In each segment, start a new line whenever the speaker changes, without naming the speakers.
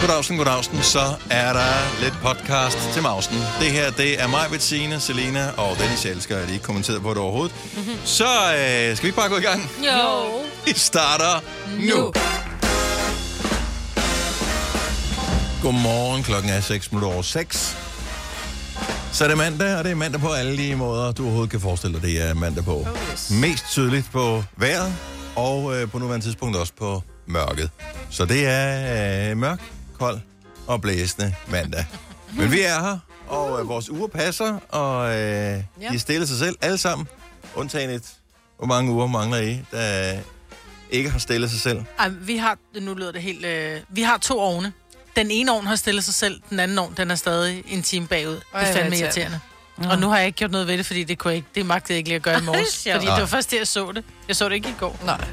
godaften, godaften, så er der lidt podcast til Mausen. Det her, det er mig, Bettine, Selina og Dennis. Jeg elsker, at I ikke kommenterede på det overhovedet. Mm-hmm. Så øh, skal vi bare gå i gang.
Jo.
Vi starter nu. nu. Godmorgen, klokken er 6 minutter over 6. Så er det mandag, og det er mandag på alle de måder, du overhovedet kan forestille dig, det er mandag på. Oh, yes. Mest tydeligt på vejret, og øh, på nuværende tidspunkt også på mørket. Så det er øh, mørk, kold og blæsende mandag. Men vi er her, og øh, vores uger passer, og øh, ja. de stiller sig selv alle sammen. Undtagen et, hvor mange uger mangler I, der øh, ikke har stillet sig selv.
Ej, vi har, nu lyder det helt, øh, vi har to ovne. Den ene ovn har stillet sig selv, den anden ovn, den er stadig en time bagud. Øj, det er
hvor
fandme
irriterende.
irriterende. Og nu har jeg ikke gjort noget ved det, fordi det, kunne jeg ikke, det magtede jeg ikke lige at gøre i morges.
Sjovt.
fordi det var først det, jeg så det. Jeg så det ikke i går.
Nej.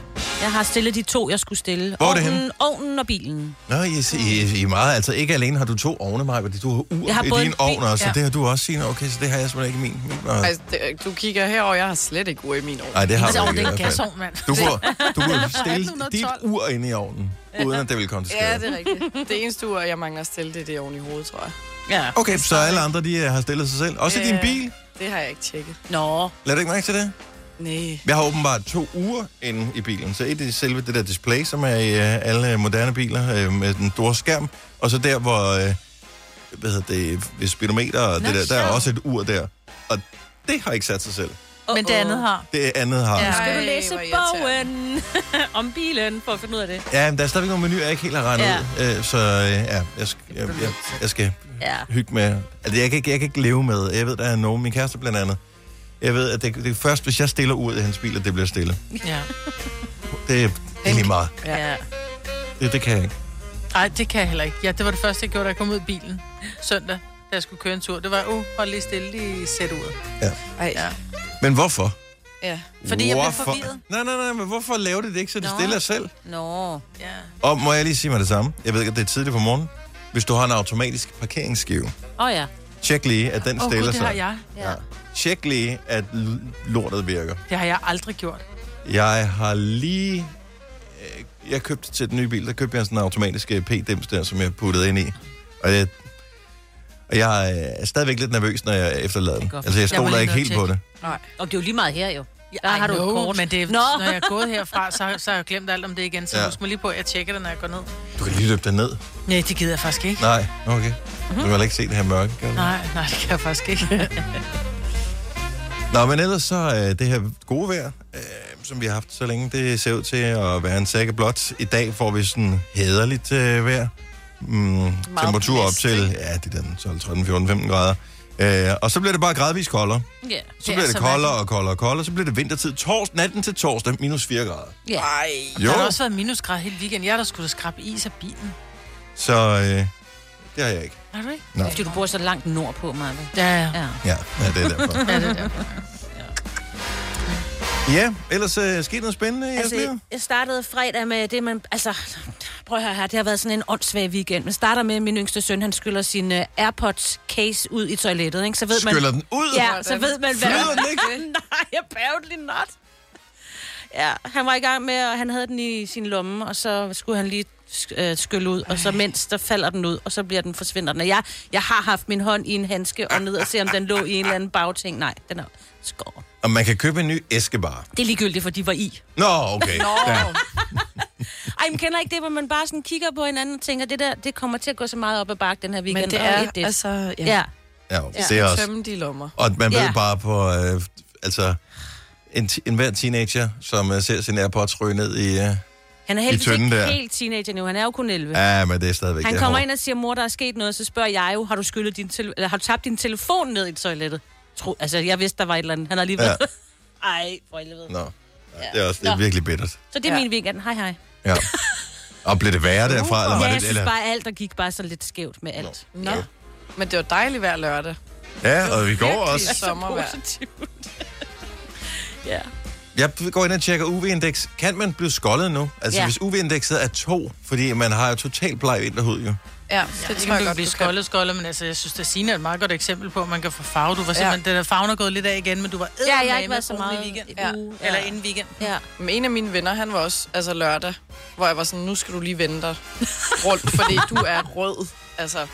Jeg har stillet de to, jeg skulle stille.
Hvor er det
ovnen, ovnen og bilen.
Nå, I, I, I er meget. Altså, ikke alene har du to ovne, Maja, fordi du har ur
Jeg har
i
både
din
en bil-
ovn også, ja.
ja.
det har du også, Signe. Okay, så det har jeg simpelthen ikke i min. min og...
Altså, det, du kigger herover, jeg har slet ikke ur i min år.
Nej, det har
Altså,
du
over
ikke.
det er
i
en
hvert fald.
gasovn, mand.
Du kunne, du kunne stille
1812.
dit ur ind i ovnen, uden at det ville komme til skade.
Ja, det er rigtigt. Det eneste ur, jeg mangler at stille, det er det oven i hovedet, tror jeg.
Ja.
Okay, så alle andre, de øh, har stillet sig selv. Også i din
Øh.
bil.
Det har jeg ikke tjekket.
Nå,
Lad du ikke mærke til det?
Nej.
Jeg har åbenbart to uger inde i bilen. Så et er selve det der display, som er i øh, alle moderne biler øh, med den store skærm. Og så der, hvor øh, hvad hedder det, ved speedometer og det der, der er
sjovt.
også et ur der. Og det har ikke sat sig selv.
Men det andet har.
Det andet har. Ja,
skal du
Ej,
læse
hvor irriterende.
bogen om bilen for at finde ud af det?
ja men der er stadigvæk nogle menuer, jeg ikke helt har regnet
Ja.
ud. Øh, så øh, ja, jeg, sk- jeg, jeg, jeg skal
Ja.
hygge med. Altså, jeg kan, ikke, jeg kan ikke leve med. Jeg ved, der er nogen, min kæreste blandt andet. Jeg ved, at det, det er først, hvis jeg stiller uret i hans bil, at det bliver stille.
Ja.
Det er det er lige meget.
ja.
Det, det kan jeg ikke.
Nej, det kan jeg heller ikke. Ja, det var det første, jeg gjorde, da jeg kom ud af bilen søndag, da jeg skulle køre en tur. Det var, uh, hold lige stille lige sæt ud.
Ej, ja.
Men hvorfor?
ja.
Fordi jeg blev
Hvorfor?
forvirret.
Nej, nej, nej, men hvorfor lave det ikke, så det
Nå.
stiller selv?
Nå.
Ja.
Og må jeg lige sige mig det samme? Jeg ved ikke, at det er tidligt på morgenen. Hvis du har en automatisk parkeringsskive,
Åh oh, ja.
tjek lige, at den
Åh, oh,
stiller
gud, det har
sig.
jeg.
ja.
Tjek lige, at l- lortet virker.
Det har jeg aldrig gjort.
Jeg har lige... øh, Jeg købte til den nye bil, der købte jeg sådan en automatisk øh, p-dims der, som jeg puttede ind i. Og jeg, og jeg øh, er stadigvæk lidt nervøs, når jeg efterlader den.
Det er godt.
Altså, jeg
Jeg må
stoler
lige
ikke
nå at
helt på
tjekke.
det.
Nej.
Og det er jo lige meget her jo. Der
Ej,
har du
no,
et kort.
men det er,
Nå.
når jeg er gået herfra, så, så har jeg glemt alt om det igen, så
Ja.
ja. husk mig lige på, at jeg tjekker det, når jeg går ned.
Du kan lige løbe den ned.
Nej, det gider jeg faktisk ikke.
Nej, okay.
Mhm.
Du kan heller ikke se det her mørke. Kan du?
Nej, nej, det kan jeg faktisk ikke.
Nå, men ellers så øh, det her gode vejr, øh, som vi har haft så længe, det ser ud til at være en sække blot. I dag får vi sådan hederligt øh, vejr. Mm, temperatur op
blæst,
til, ja, det er den 12, 13, 14, 15 grader. Øh, og så bliver det bare gradvist koldere.
Ja.
Så
Det
bliver
er
det
så
koldere og koldere og koldere. Så bliver det vintertid. Tors, natten til torsdag, minus 4 grader.
ja.
Ej.
Jo,
Der har også været minusgrad hele weekenden. Jeg har da skulle skrabe is af bilen.
så øh, det har jeg ikke.
Har du ikke?
Nå.
Fordi du bor så langt nordpå, Marve.
Ja, ja.
Ja.
Ja, ja det er derfor.
ja det er der.
ja, ellers øh, skete noget spændende i jeres liv?
Altså, jeg startede fredag med det, man... Altså, prøv at høre her, det har været sådan en åndssvag weekend. Man starter med, at min yngste søn, han skyller sin uh, AirPods-case ud i toilettet, ikke? Så ved man...
Skyller den ud?
Ja, så ved man, hvad...
Flyder den ikke?
Nej, apparently not. Ja, han var i gang med, og han havde den i sin lomme, og så skulle han lige sk- øh, skylle ud, og så mens der falder den ud, og så bliver den forsvinder den. Og jeg, jeg har haft min hånd i en handske og ned og se, om den lå i en eller anden bagting. Nej, den er skår.
Og man kan købe en ny æske bare.
Det er ligegyldigt, for de var i.
Nå, okay. Nå. Ja.
Ej, men kender I ikke det, hvor man bare sådan kigger på hinanden og tænker, det der, det kommer til at gå så meget op ad bakke den her weekend.
Men det
og
er,
et det.
altså... Ja.
Ja.
Ja, jo, det er også.
Tømme de lommer.
Og man ved
Ja.
bare på, øh, altså, en, ti- enhver teenager, som øh, ser sin Airpods ryge ned i... Øh,
Han er heldigvis
tynde
ikke
der.
helt teenager nu, han er jo kun 11.
ja, men det er stadigvæk
Mm. Han
det
kommer
hårdt.
ind og siger, mor, der er sket noget, så spørger jeg jo, har du, skyllet din tele- eller, har du tabt din telefon ned i toilettet? Tro, altså, jeg vidste, der var et eller andet. Han har lige været...
Ja.
Ja. Ej, for helvede.
Nå, ja, det er også det er
Nå.
virkelig bittert.
Så det er
Ja.
ja. min weekend. Hej, hej.
Ja. Og blev det værre derfra, eller var
Ja, jeg
det...
synes
Eller?
bare, alt der gik bare sådan lidt skævt med alt.
Nå. Men det var dejligt hver lørdag.
Ja, og vi går
Virkelig
også.
sommervejr.
ja.
Jeg går ind og tjekker UV-indeks. Kan man blive skoldet nu? Altså, ja.
Ja.
hvis UV-indekset er to, fordi man har jo totalt bleg vinterhud, jo.
Ja,
Det tror jeg godt, blive skolde, skolde, men altså, jeg synes, det Signe er et meget godt eksempel på, at man kan få farve. Du var simpelthen, ja. den der farven er gået lidt af igen, men du var
jeg har
eddermame
ikke været så
brun i
meget
weekenden.
i uge. Ja.
Eller inden weekend.
Ja.
Men en af mine venner, han var også altså lørdag, hvor jeg var sådan, nu skal du lige vente dig rundt, fordi du er rød. Altså,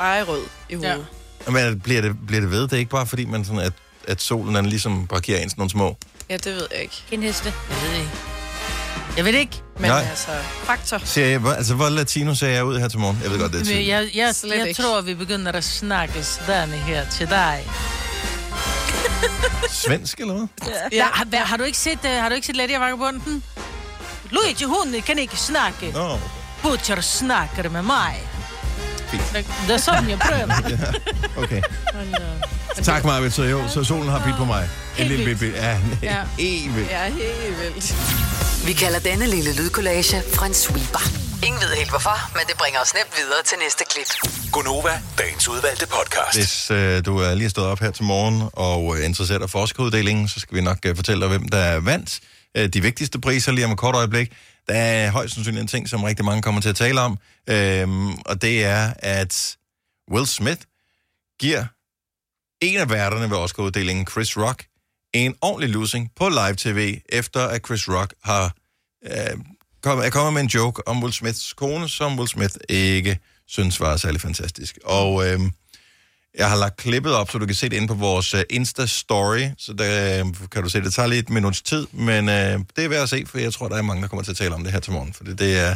ej rød i hovedet.
Men bliver det, bliver det ved? Det er ikke bare fordi, man sådan, at, at solen den ligesom parkerer en sådan nogle små.
Ja, ja det ved jeg ikke.
Kindheste.
Jeg ved det ikke. Jeg ved det ikke.
Men
Nej.
Nej. altså, faktor.
Ser jeg, hvor, altså, hvor latino ser jeg ud her til morgen? Jeg ved godt, det er
Men
tidligt.
jeg, jeg,
Slet
jeg
ikke.
tror, vi begynder at snakke sådan her til dig.
Svensk, eller hvad?
Ja. Der, har, hvad- har, du ikke set, uh, har du ikke set Letty og Vagabunden? Luigi, hun kan ikke snakke.
Nå,
Butcher snakker med mig.
Fint.
Det er sådan, jeg prøver.
okay. tak, Marvitt. Så, jo, så solen har bidt på mig. En lille bitte bit. Ja, ja.
Ja.
helt vildt.
Ja, helt vildt.
Vi kalder denne lille lydkollage Frans sweeper. Ingen ved helt hvorfor, men det bringer os nemt videre til næste klip.
Gunova, dagens udvalgte podcast.
Hvis øh, du er lige er stået op her til morgen og øh, interesseret dig for Oscar-uddelingen, så skal vi nok øh, fortælle dig, hvem der er vandt øh, de vigtigste priser lige om et kort øjeblik. Der er højst sandsynligt en ting, som rigtig mange kommer til at tale om, øhm, og det er, at Will Smith giver en af værterne ved Oscar-uddelingen, Chris Rock, en ordentlig losing på live-tv, efter at Chris Rock har øh, kom, er kommet med en joke om Will Smiths kone, som Will Smith ikke synes var særlig fantastisk. Og... Øh, jeg har lagt klippet op, så du kan se det inde på vores øh, Insta-story, så der øh, kan du se, det tager lige et minuts tid, men øh, det er værd at se, for jeg tror, der er mange, der kommer til at tale om det her til morgen, for det, det, er,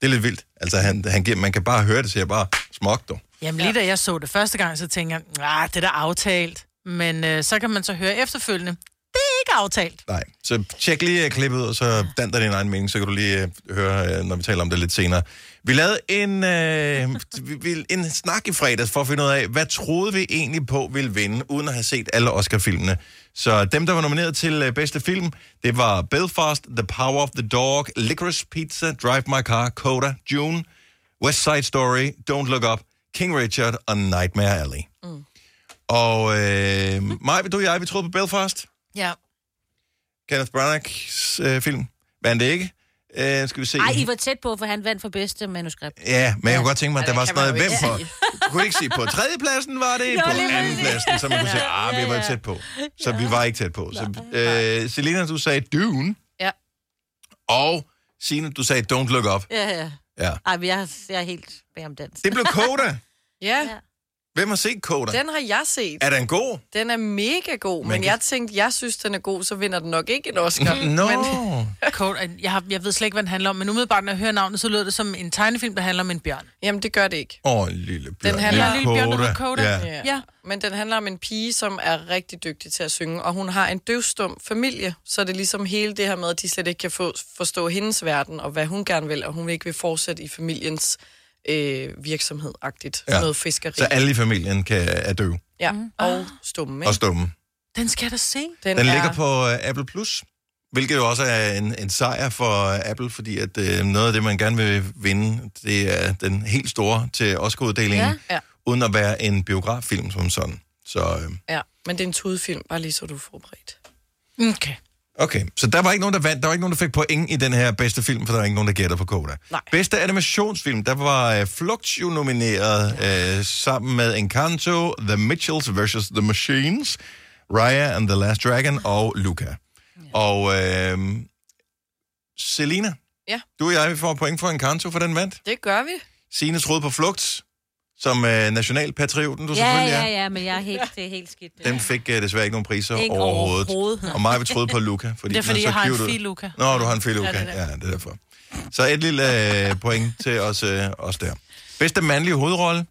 det er lidt vildt. Altså, han, han, giver- man kan bare høre det, så jeg bare smok, du.
Jamen lige da jeg så det første gang, så tænkte jeg, nej, det er da aftalt. Men øh, så kan man så høre efterfølgende, det er ikke aftalt.
Nej. Så tjek lige øh, klippet, og så dan dig din egen mening, så kan du lige øh, høre, øh, når vi taler om det lidt senere. Vi lavede en, øh, vi- vi- en snak i fredags for at finde ud af, hvad troede vi egentlig på ville vinde, uden at have set alle Oscar-filmene. Så dem, der var nomineret til øh, bedste film, det var Belfast, The Power of the Dog, Licorice Pizza, Drive My Car, Coda, June, West Side Story, Don't Look Up, King Richard og Nightmare Alley. Mm. Og øh, Maja, du og jeg, vi troede på Belfast.
Ja.
Kenneth Branaghs øh, film. Vandt det ikke? Øh, skal vi se.
Ej, I var tæt på, for han vandt for bedste manuskript.
Ja, men jeg kunne godt tænke mig, at der
det
var
kan
sådan noget
man jo
hvem
ikke
for. Du kunne ikke sige, på tredjepladsen var det, på
lige
andenpladsen, så man kunne sige, ah, vi var tæt på. Så vi var ikke tæt på. Så, øh, Selina, du sagde Dune,
Ja.
og Signe, du sagde Don't Look Up.
Ja, ja.
Ja.
Ej, men jeg, jeg er helt bag om dans.
Det blev Coda.
Ja,
Ja.
Hvem har set Coda?
den har jeg set.
Er den god?
Den er mega god,
Man
men
kan-
jeg tænkte, jeg synes, den er god, så vinder den nok ikke en Oscar.
Nå.
Men
Kort, øh, jeg, har, jeg ved slet ikke, hvad den handler om, men umiddelbart, når jeg hører navnet, så lyder det som en tegnefilm, der handler om en bjørn.
jamen, det gør det ikke.
Åh, oh, lille bjørn.
Den handler-
Lille bjørn, der hedder Coda.
Ja.
Ja.
Men den handler om en pige, som er rigtig dygtig til at synge, og hun har en døvstum familie, så det er ligesom hele det her med, at de slet ikke kan få, forstå hendes verden, og hvad hun gerne vil, og hun vil ikke vil fortsætte i familiens øh, virksomhed-agtigt.
Ja.
Ja. Noget fiskeri.
Så alle i familien kan, er døve
Ja, og stumme, ikke?
og stumme.
Mm. Ah. Den skal jeg da se.
Den, den ligger på øh, Apple Plus, hvilket jo også er en, en sejr for øh, Apple, fordi at øh, noget af det, man gerne vil vinde, det er den helt store til Oscar-uddelingen, ja.
Ja. Ja.
uden at være en biograffilm som sådan. Så øh,
Ja, men det er en tudefilm, bare lige så du er forberedt.
Okay.
okay, så der var ikke nogen, der vandt, der var ikke nogen, der fik point i den her bedste film, for der er ikke nogen, der gætter på Koda.
Nej.
Bedste animationsfilm, der var øh, Flugt jo nomineret øh, sammen med Encanto, The Mitchells vs. The Machines, Raya and the Last Dragon og Luca. Og øh, Selina,
Ja.
du og jeg vi får point for Encanto, for den vandt.
Det gør vi.
Signe troede på Flugt, som øh, nationalpatrioten, du
Ja,
selvfølgelig er.
ja, ja, men jeg er helt, det er helt skidt. det
Den
der.
fik uh, desværre ikke nogen priser
Ikke
overhovedet.
overhovedet.
Og mig, vi troede på Luca, fordi
Det er,
den
fordi
så
jeg har en
cute ud.
fed Luca.
Nå, du har en fed Luca. Ja, det er, derfor. Så et lille uh, point til os, uh, os der. Bedste mandlige hovedrolle.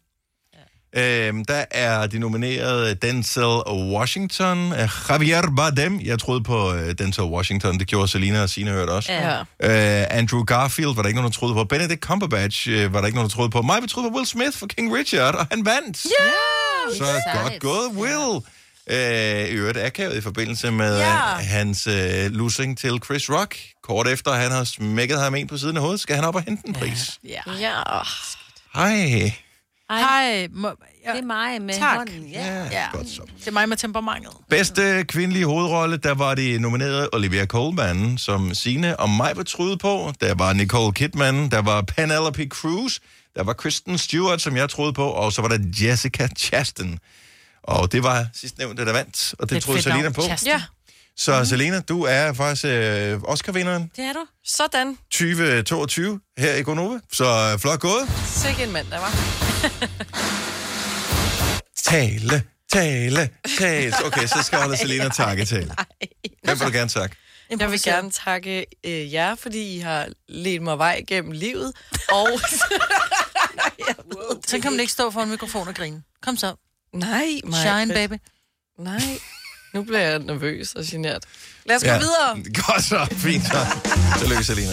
Øhm, der er de nominerede Denzel Washington, øh, Javier Bardem, jeg troede på øh, Denzel Washington, det gjorde Selina og Sina hørte også.
Ja.
Øh, Andrew Garfield var der ikke nogen, der troede på. Benedict Cumberbatch øh, var der ikke nogen, der troede på. Mig, vi troede på Will Smith for King Richard, og han vandt. Yeah! Så godt gået, Will. Øh, I øvrigt akavet i forbindelse med ja. hans øh, losing til Chris Rock. Kort efter han har smækket ham en på siden af hovedet, skal han op og hente en pris.
Ja.
Ja.
Hej.
Ej,
Hej. Må, ja.
det er mig med
Tak.
hånden. Ja.
Ja, ja.
Ja.
Godt så.
Det er mig med temperamentet.
Bedste kvindelige hovedrolle, der var det nomineret Olivia Colman, som Sine og mig var truet på. Der var Nicole Kidman, der var Penelope Cruz, Der var Kristen Stewart, som jeg troede på, og så var der Jessica Chastain. Og det var sidstnævnte, der vandt, og det,
et
det troede
fedt navn,
Selina på.
Chastain.
Ja,
Så mm. Selena, du er faktisk øh, Oscar-vinderen
Det er du.
sådan.
2022 her i Gonova. Så øh, flot gået.
Sikke en mandag, var.
Tale, tale, tale. Okay, så skal holde Selena takke til. Hvem vil du gerne takke?
Jeg vil gerne takke øh, jer, fordi I har ledt mig vej gennem livet. Og
Så kan man ikke stå foran mikrofon og grine. Kom så.
nej, Maja,
Shine, baby.
Nej, nu bliver jeg nervøs og genert. Lad os gå
Ja.
videre.
Godt så, fint så. Tillykke, Selina.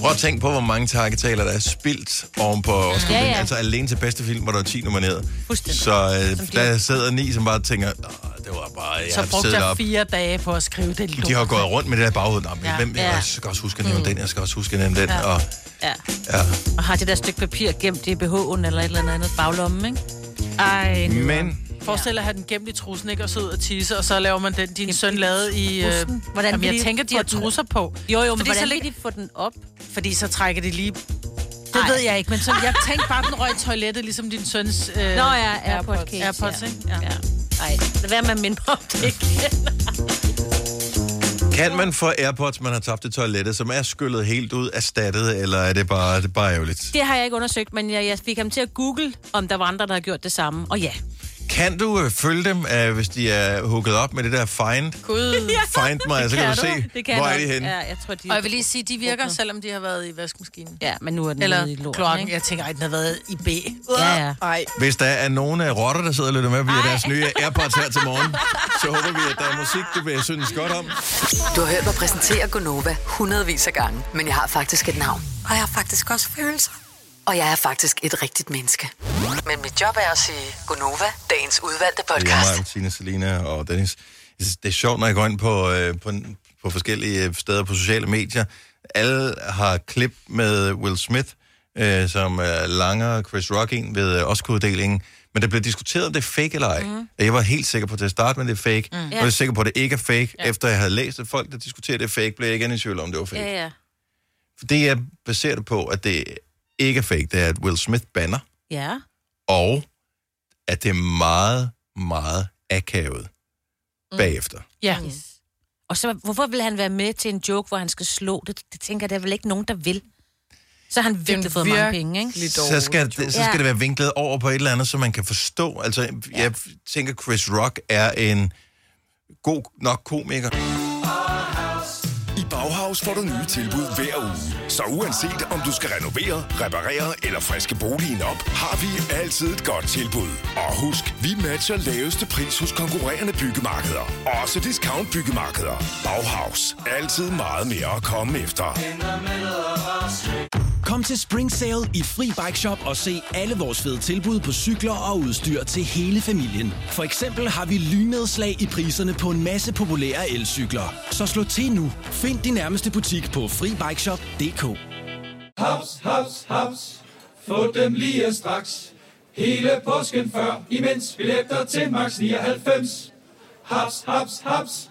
Prøv at tænke på, hvor mange takketaler, der er spildt oven på Oscar. Ja,
Ja,
ja.
ja.
Altså alene til bedste film, hvor der er 10 nomineret.
Fuldstændig.
Så øh,
Som de-
der sidder ni, som bare tænker, "Åh, det var bare, jeg
Så
har
brugte
siddet
jeg
op.
fire dage på at skrive det lort.
De har gået rundt med det der baghoved. Nå, men ja.
Ja.
hvem,
Ja.
jeg skal også huske at nævne den, jeg skal også huske at nævne den. Ja.
Ja.
Og,
Ja.
ja.
Og har det der stykke papir gemt i BH'en eller et eller andet andet baglommen, ikke? Ej, nu.
Men
Forestil dig at have den gemt i trussen, ikke? Og så ud og tisse, og så laver man den, din søn lavede i... Øh,
Trussen? Hvordan
jamen,
vil
jeg
de
tænker, de har
få den-
trusser på.
Jo, jo, men
Fordi
Fordi hvordan
så
så
ligger-
kan de få den op?
Fordi så trækker de lige... Det
Ej.
ved jeg ikke, men så, jeg tænkte bare, den røg i toilettet, ligesom din søns... Øh, Nå
ja, AirPod case.
AirPods, ikke? Ja.
Ja. Ej, lad være med at minde mig om det igen.
kan man få AirPods, man har tabt i toilettet, som er skyllet helt ud, erstattet, eller er det bare, det er bare ærgerligt?
Det har jeg ikke undersøgt, men jeg, jeg fik ham til at google, om der var andre, der har gjort det samme. Og ja,
Kan du øh, følge dem, øh, hvis de er hooket op med det der find?
Gud,
Find mig, så kan, du se,
det kan
hvor
jeg
er de
nok.
henne.
Ja, jeg tror, de...
Og jeg vil lige sige, de virker,
Åbner.
selvom de har været i vaskemaskinen.
Ja, men nu er den
Eller
nede i lort,
klokken.
ikke?
Jeg tænker, ej, den har været i B.
Ja, ja.
nej.
Hvis der er nogen af rotter, der sidder og lytter med via deres nye AirPods her til morgen, så håber vi, at der er musik, du vil synes godt om.
Du har hørt mig præsentere Gonova hundredvis af gange, men jeg har faktisk et navn. Og jeg har faktisk også følelser. Og jeg er faktisk et rigtigt menneske. Men mit job er at sige Gonova, dagens udvalgte
Det er
podcast.
mig, Tina, Selina og Dennis. Jeg synes, Det er sjovt, når jeg går ind på, øh, på, på forskellige øh, steder på sociale medier. Alle har klip med Will Smith, øh, som er langer Chris Rock en ved øh, Oscar-uddelingen. Men der blev diskuteret, om det er fake eller ej. Mm. Jeg var helt sikker på til at starte med, at det er fake. Mm. Jeg var sikker på, at det ikke er fake. Ja. Efter jeg havde læst, at folk, der diskuterede, det er fake, blev jeg igen i tvivl om, det var fake.
Ja, ja.
Det jeg baserer det på, at det ikke er fake, det er, at Will Smith banner,
Ja.
og at det er meget, meget akavet mm. bagefter.
Ja.
Og så, hvorfor vil han være med til en joke, hvor han skal slå? Det, det tænker jeg, der er vel ikke nogen, der vil. Så har han virkelig fået mange penge, ikke?
virkelig
Så
dårlig
skal, det, så
joke.
skal
Ja.
det være vinklet over på et eller andet, som man kan forstå. Altså, jeg ja. tænker, Chris Rock er en god nok komiker.
I Bauhaus får du nye tilbud hver uge. Så uanset om du skal renovere, reparere eller friske boligen op, har vi altid et godt tilbud. Og husk, vi matcher laveste pris hos konkurrerende byggemarkeder. Også discount byggemarkeder. Bauhaus. Altid meget mere at komme efter.
Kom til Spring Sale i Fri Bike Shop og se alle vores fede tilbud på cykler og udstyr til hele familien. For eksempel har vi lynedslag i priserne på en masse populære elcykler. Så slå til nu. Find din nærmeste butik på FriBikeShop.dk
Haps, haps, haps. Få dem lige straks. Hele påsken før, imens billetter til max 99. Haps, haps, haps.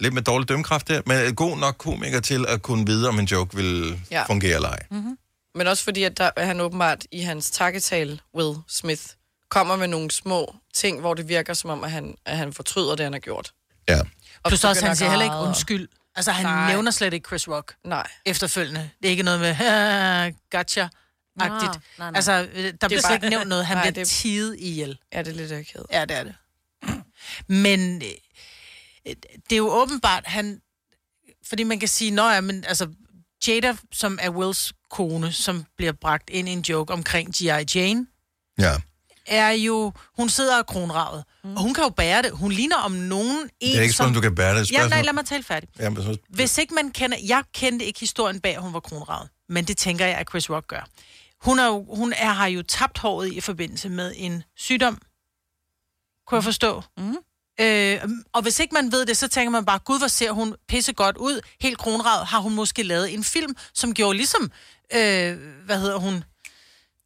Lidt med dårlig dømmekraft der, men god nok komiker til at kunne vide, om en joke vil ja.
Ja. Mm-hmm.
fungere eller ej.
Men også fordi, at der, han åbenbart i hans takketale, Will Smith, kommer med nogle små ting, hvor det virker som om, at han, at han fortryder det, han har gjort.
Ja.
Og
Plus også,
begynder
han
at
siger heller ikke
græde og-
undskyld. Altså, han
Nej.
nævner slet ikke Chris Rock
Nej.
efterfølgende. Det er ikke noget med, "Ah, gotcha agtigt
nej, nej.
Altså, øh, der bliver
bare-
slet ikke nævnt noget. Han
Nej,
bliver
det-
tiget ihjel.
Ja, det er lidt akavet.
Ja, det er det. Men øh, øh, det er jo åbenbart, han... Fordi man kan sige, nå ja, men altså... Jada, som er Wills kone, som bliver bragt ind i en joke omkring G.I. Jane,
ja.
er jo... Hun sidder og kronravet, mm. og hun kan jo bære det. Hun ligner om nogen en,
Det er ikke sådan, du kan bære det.
Ja, nej, lad mig tale færdig.
Jamen, så...
Hvis ikke man kender... Jeg kendte ikke historien bag, at hun var kronravet. Men det tænker jeg, at Chris Rock gør. Hun, er jo, hun er, har jo tabt håret i forbindelse med en sygdom. kunne jeg forstå. Mm. Øh, og hvis ikke man ved det, så tænker man bare, gud, hvor ser hun pisse godt ud. Helt kronrad har hun måske lavet en film, som gjorde ligesom, øh, hvad hedder hun,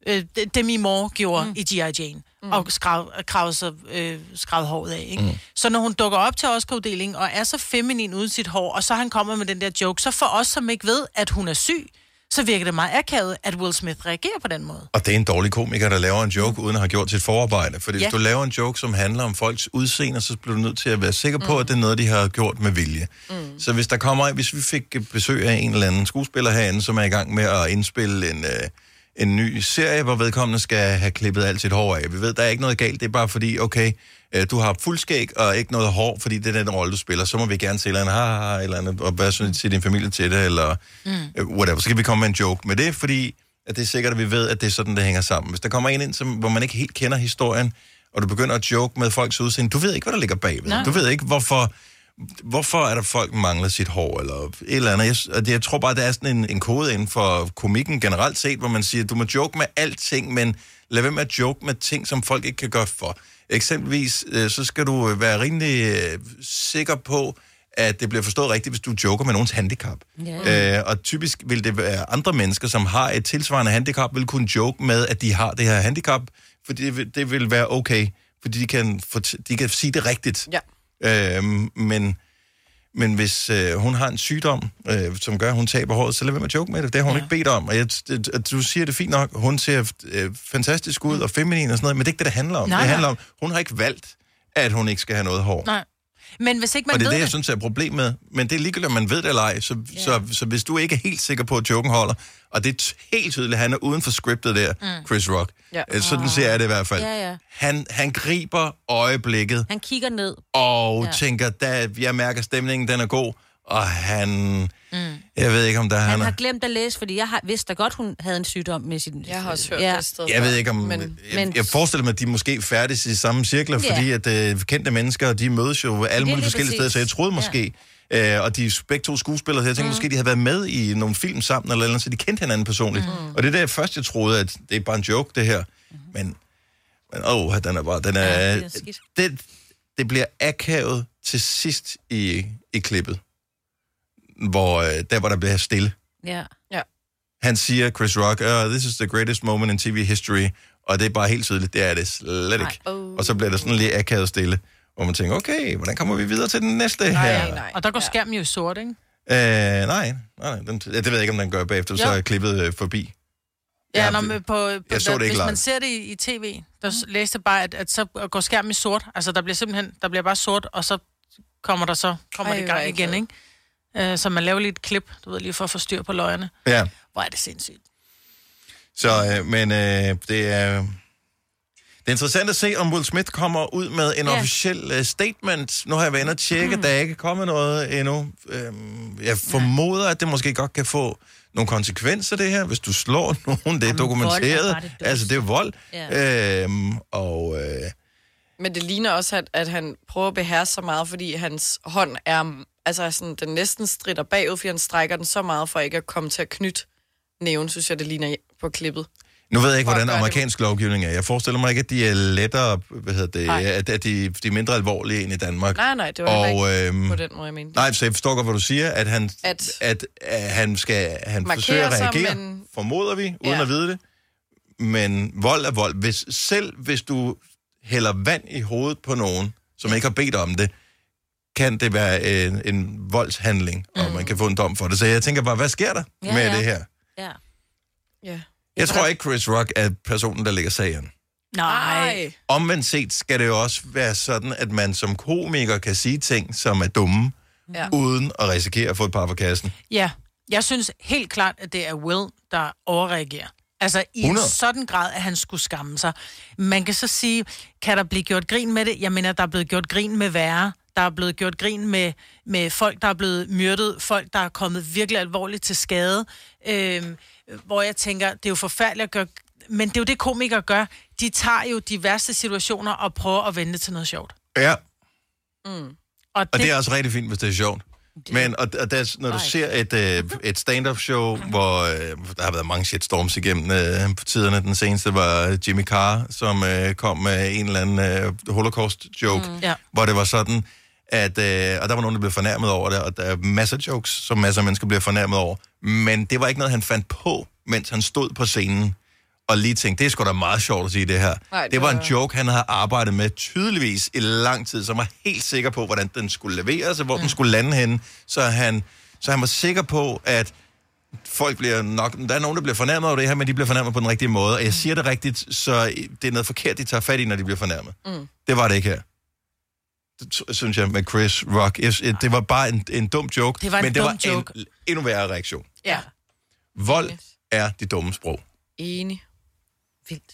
øh, De- Demi Moore gjorde mm. i G.I. Jane. Mm. Og skrav, krav sig, øh, skravede håret af, ikke? Mm. Så når hun dukker op til Oscar-uddelingen og er så feminin uden sit hår, og så han kommer med den der joke, så for os, som ikke ved, at hun er syg, så virker det meget akavet, at Will Smith reagerer på den måde.
Og det er en dårlig komiker, der laver en joke, uden at have gjort sit forarbejde. Fordi ja.
Ja.
hvis du laver en joke, som handler om folks udseende, så bliver du nødt til at være sikker på, mm. at det er noget, de har gjort med vilje. Mm. Så hvis der kommer, hvis vi fik besøg af en eller anden skuespiller herinde, som er i gang med at indspille en, øh, en ny serie, hvor vedkommende skal have klippet alt sit hår af. Vi ved, der er ikke noget galt, det er bare fordi, okay, øh, du har fuldskæg og ikke noget hår, fordi det er den rolle, du spiller. Så må vi gerne se et eller andet, "Ha, ha, ha," et eller andet, og hvad synes siger din familie til det, eller øh, whatever. Så kan vi komme med en joke med det, fordi at det er sikkert, at vi ved, at det er sådan, det hænger sammen. Hvis der kommer en ind, som, hvor man ikke helt kender historien, og du begynder at joke med folks udseende, du ved ikke, hvad der ligger bagved.
Nej.
Du ved ikke, hvorfor, hvorfor er der folk mangler sit hår, eller et eller andet. Jeg, og det, jeg tror bare, der er sådan en, en kode inden for komikken generelt set, hvor man siger, du må joke med alting, men lad være med at joke med ting, som folk ikke kan gøre for. Eksempelvis, øh, så skal du være rimelig øh, sikker på, at det bliver forstået rigtigt, hvis du joker med nogens handicap. Øh, og typisk vil det være andre mennesker, som har et tilsvarende handicap, vil kunne joke med, at de har det her handicap, fordi det vil, det vil være okay, fordi de kan, fort- de kan sige det rigtigt. Ja. Øh, men, men hvis øh, hun har en sygdom, øh, som gør, at hun taber håret, så lad være med at joke med det. Det har hun ja. ikke bedt om. Og jeg, det, at du siger det fint nok. Hun ser øh, fantastisk ud og feminin og sådan noget, men det er ikke det, det handler om.
Nej,
det
nej.
handler om, hun har ikke valgt, at hun ikke skal have noget hår.
Nej. Men hvis ikke man
og det er
ved
det, jeg synes er problemet. Men det er ligegyldigt, om man ved det eller ej. Så, yeah. så, så, hvis du ikke er helt sikker på, at joken holder, og det er t- helt tydeligt, at han er uden for scriptet der, mm.
Mm.
Chris Rock.
Ja.
Øh, Sådan ser jeg det i hvert fald.
Ja, ja.
Han, han griber øjeblikket
Han kigger ned.
og
Ja.
ja. tænker, da jeg mærker stemningen, den er god, og han... Mm. Jeg ved ikke, om der han,
Han
er...
har glemt at læse, fordi jeg har, vidste da godt, hun havde en sygdom med sin... Jeg har også hørt ja. det sted.
Jeg ved ikke om... Men,
Men,
jeg, men... jeg forestiller mig, at de måske færdes i samme cirkler,
Ja.
yeah. fordi at øh, kendte mennesker, de mødes jo alle
lige
mulige forskellige steder,
præcis.
så jeg troede måske... Øh, og de er begge to skuespillere, så jeg tænkte mm. måske, de havde været med i nogle film sammen, eller, et eller andet, så de kendte hinanden personligt. Mm. Og det er der jeg først, jeg troede, at det er bare en joke, det her. Mm. Men, men åh, den er bare... Den er,
Mm-hmm. Ja,
ja,
det er
det,
skidt.
det, det bliver akavet til sidst i, i klippet, hvor, øh, der, hvor der bliver stille.
Ja. ja.
Han siger, Chris Rock, oh, this is the greatest moment in TV history, og det er bare helt tydeligt, det er det slet ikke. Oh. Og så bliver der sådan lidt akavet stille, hvor man tænker, okay, hvordan kommer vi videre til den næste her?
Nej, nej. Og der går skærmen jo i sort, ikke?
Øh, nej, nej, nej den, ja, det ved jeg ikke, om den gør bagefter, så
Jo.
er klippet øh, forbi.
Ja,
Ja,
ja når man, på, på
jeg så det
der-
ikke
hvis man
live.
ser det i, i tv, der mm. læste jeg bare, at, at så går skærmen i sort. Altså, der bliver simpelthen, der bliver bare sort, og så kommer der så, kommer
Ej,
Ej, det i
hvor er
gang
jeg
igen, ikke? Øh, Så man laver lige et klip, du ved, lige for at få styr på løgene.
Ja,
Hvor er det sindssygt.
så, øh, men øh, det er... Det er interessant at se, om Will Smith kommer ud med en
Ja.
ja. officiel uh, statement. Nu har jeg været inde og tjekke, mm. der er ikke kommet noget endnu. Øhm, jeg formoder, at det måske godt kan få nogle konsekvenser, det her. Hvis du slår nogen, det er dokumenteret.
vold er
Er
bare det
altså, det er vold.
Ja.
Øhm, og øh,
Men det ligner også, at, at han prøver at beherske så meget, fordi hans hånd er... Altså, sådan, den næsten strider bagud, fordi han strækker den så meget, for ikke at komme til at knytte næven, synes jeg, det ligner på klippet.
nu ved jeg ikke, hvordan amerikansk lovgivning er. Jeg forestiller mig ikke, at de er lettere, hvad hedder det,
Nej.
at, at de, de er mindre alvorlige end i Danmark.
Nej, nej, det var heller
Og,
ikke
øhm,
på den måde, jeg mente.
Nej, så jeg forstår godt, hvad du siger, at han,
At-
at, at, at han skal han
Markere
forsøger at
sig,
reagere,
men-
men... formoder vi, uden
Ja.
ja. at vide det. Men vold er vold. Hvis, selv hvis du hælder vand i hovedet på nogen, som ikke har bedt om det, kan det være en, en voldshandling, mm. og man kan få en dom for det. Så jeg tænker bare, hvad sker der
Ja,
ja, med
ja.
ja. det her?
ja.
Ja.
Jeg tror ikke, Chris Rock er personen, der lægger sagen.
Nej.
Omvendt set skal det jo også være sådan, at man som komiker kan sige ting, som er dumme,
Ja.
ja. uden at risikere at få et par på kassen.
Ja, jeg synes helt klart, at det er Will, der overreagerer. Altså i
100.
100. en sådan grad, at han skulle skamme sig. Man kan så sige, kan der blive gjort grin med det? Jeg mener, der er blevet gjort grin med værre. Der er blevet gjort grin med, med folk, der er blevet myrdet. Folk, der er kommet virkelig alvorligt til skade. Øhm, hvor jeg tænker, det er jo forfærdeligt at gøre... Men det er jo det, komikere gør. De tager jo de værste situationer og prøver at vende det til noget sjovt.
Ja,
Mm.
og det, det er også rigtig fint, hvis det er sjovt. Men og, og der, når du
Nej.
ser et, øh, et stand-up show, hvor øh, der har været mange shitstorms igennem øh, på tiderne. Den seneste var Jimmy Carr, som øh, kom med en eller anden øh, holocaust-joke, mm.
Ja.
hvor det var sådan, at, øh, og der var nogen, der blev fornærmet over det, og der er masser af jokes, som masser af mennesker bliver fornærmet over. Men det var ikke noget, han fandt på, mens han stod på scenen og lige tænkte, det er sgu da meget sjovt at sige det her.
Nej,
det, det var en joke, han havde arbejdet med tydeligvis i lang tid, som var helt sikker på, hvordan den skulle leveres, og hvor mm. den skulle lande henne. Så han, så han var sikker på, at folk bliver nok... Der er nogen, der bliver fornærmet over det her, men de bliver fornærmet på den rigtige måde. Og jeg siger det rigtigt, så det er noget forkert, de tager fat i, når de bliver fornærmet.
Mm.
Det var det ikke her. Det t- synes jeg med Chris Rock. Jeg, jeg- det var bare en, en dum joke,
Det var en
men det
dum
var
joke.
en endnu værre reaktion.
Ja.
Vold er det dumme sprog.
Enig.
Vildt.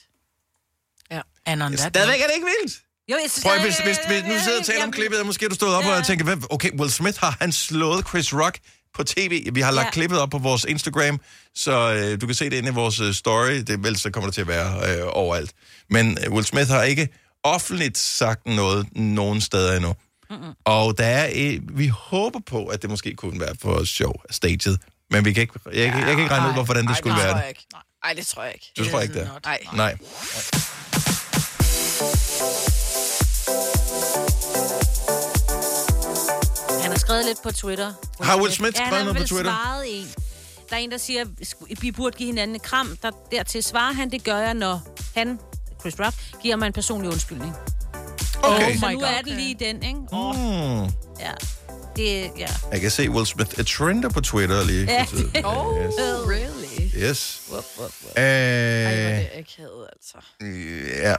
Ja.
And on that
Stadigvæk er det ikke vildt.
Jo, jeg synes,
Prøv at, hvis, hvis, hvis nu sidder og taler om klippet, og måske er du stået op og tænker, hvad, okay, Will Smith, har han slået Chris Rock på tv? Vi har lagt
Ja.
klippet op på vores Instagram, så øh, du kan se det inde i vores øh, story. Det, vel, så kommer det til at være øh, overalt. Men øh, Will Smith har ikke offentligt sagt noget nogen steder endnu. Mm-mm. Og der er, øh, vi håber på, at det måske kunne være for sjov staged, men vi kan ikke, jeg, jeg, jeg kan ikke regne ud, hvorfor den det skulle
Ej, det
være
tror
det.
jeg ikke. Nej, det tror jeg ikke.
Du tror ikke det?
Nej.
Nej.
Han har skrevet lidt på Twitter.
Har Will Smith
ja,
skrevet noget på Twitter?
Han har vel svaret en. Der er en, der siger, "Sk- vi burde give hinanden et kram. Der, dertil svarer han, det gør jeg, når han, Chris Rock, giver mig en personlig undskyldning. Oh
Okay. Oh
Så
my
nu
God.
er det lige den, ikke? Oh.
Mm.
Ja. Det, ja.
Jeg kan se Will Smith er trender på Twitter lige.
Ja.
for tiden.
Oh,
Yes.
really?
Yes.
Wup, wup, wup.
Øh,
Ej, hvor er det akavet, altså.
ja.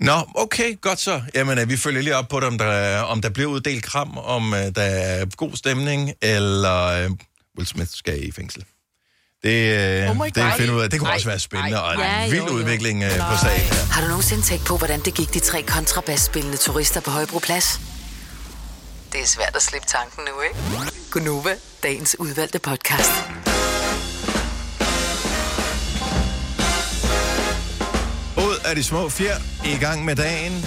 Nå, okay, godt så. Jamen, øh, vi følger lige op på det, om der, er- om der bliver uddelt kram, om øh, der er god stemning, eller øh, Will Smith skal i fængsel. Det, øh,
Oh my
det
God.
finder ud af. Det kunne
Ej,
også være spændende,
ej,
og en
ej.
vild
Ja, jo, jo.
udvikling øh, på sagen her.
Har du nogensinde tænkt på, hvordan det gik de tre kontrabasspillende turister på Højbroplads? Det er svært at slippe tanken nu, ikke? Gunova, dagens udvalgte podcast.
Ud af de små fjer, i gang med dagen.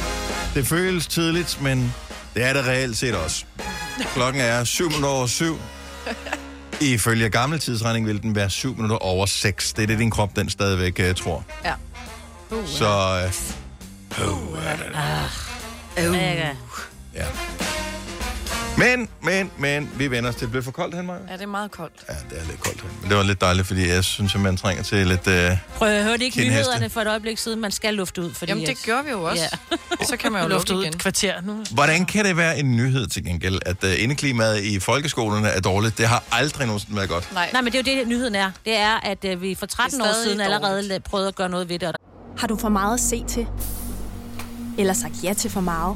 Det føles tidligt, men det er det reelt set også. Klokken er 7 minutter over 7. Ifølge gammel tidsregning vil den være 7 minutter over 6. Det er det, din krop den stadigvæk uh, tror.
Ja.
Så øh,
Ah.
Uh.
ja. Men, men, men, vi vender os til. Blev det for koldt hen, Maja?
Ja, det er meget koldt.
Ja, det er lidt koldt hen. Men det var lidt dejligt, fordi jeg synes, at man trænger til lidt... Øh,
Prøv at høre det ikke
Kindheste.
nyhederne for et øjeblik siden. Man skal lufte ud, fordi...
Jamen, det
at-
gjorde vi jo også. Ja. Så kan man jo
Luft
lufte
ud
igen.
et kvarter nu.
Hvordan kan det være en nyhed til gengæld, at øh, indeklimaet i folkeskolerne er dårligt? Det har aldrig nogensinde været godt.
Nej,
Nej, men det er jo det, nyheden er. Det er, at øh, vi for 13
Det er
år
stadig
siden allerede
dårligt.
la- prøvede at gøre noget ved det. Og der-
Har du for meget at se til? Eller sagt ja til for meget?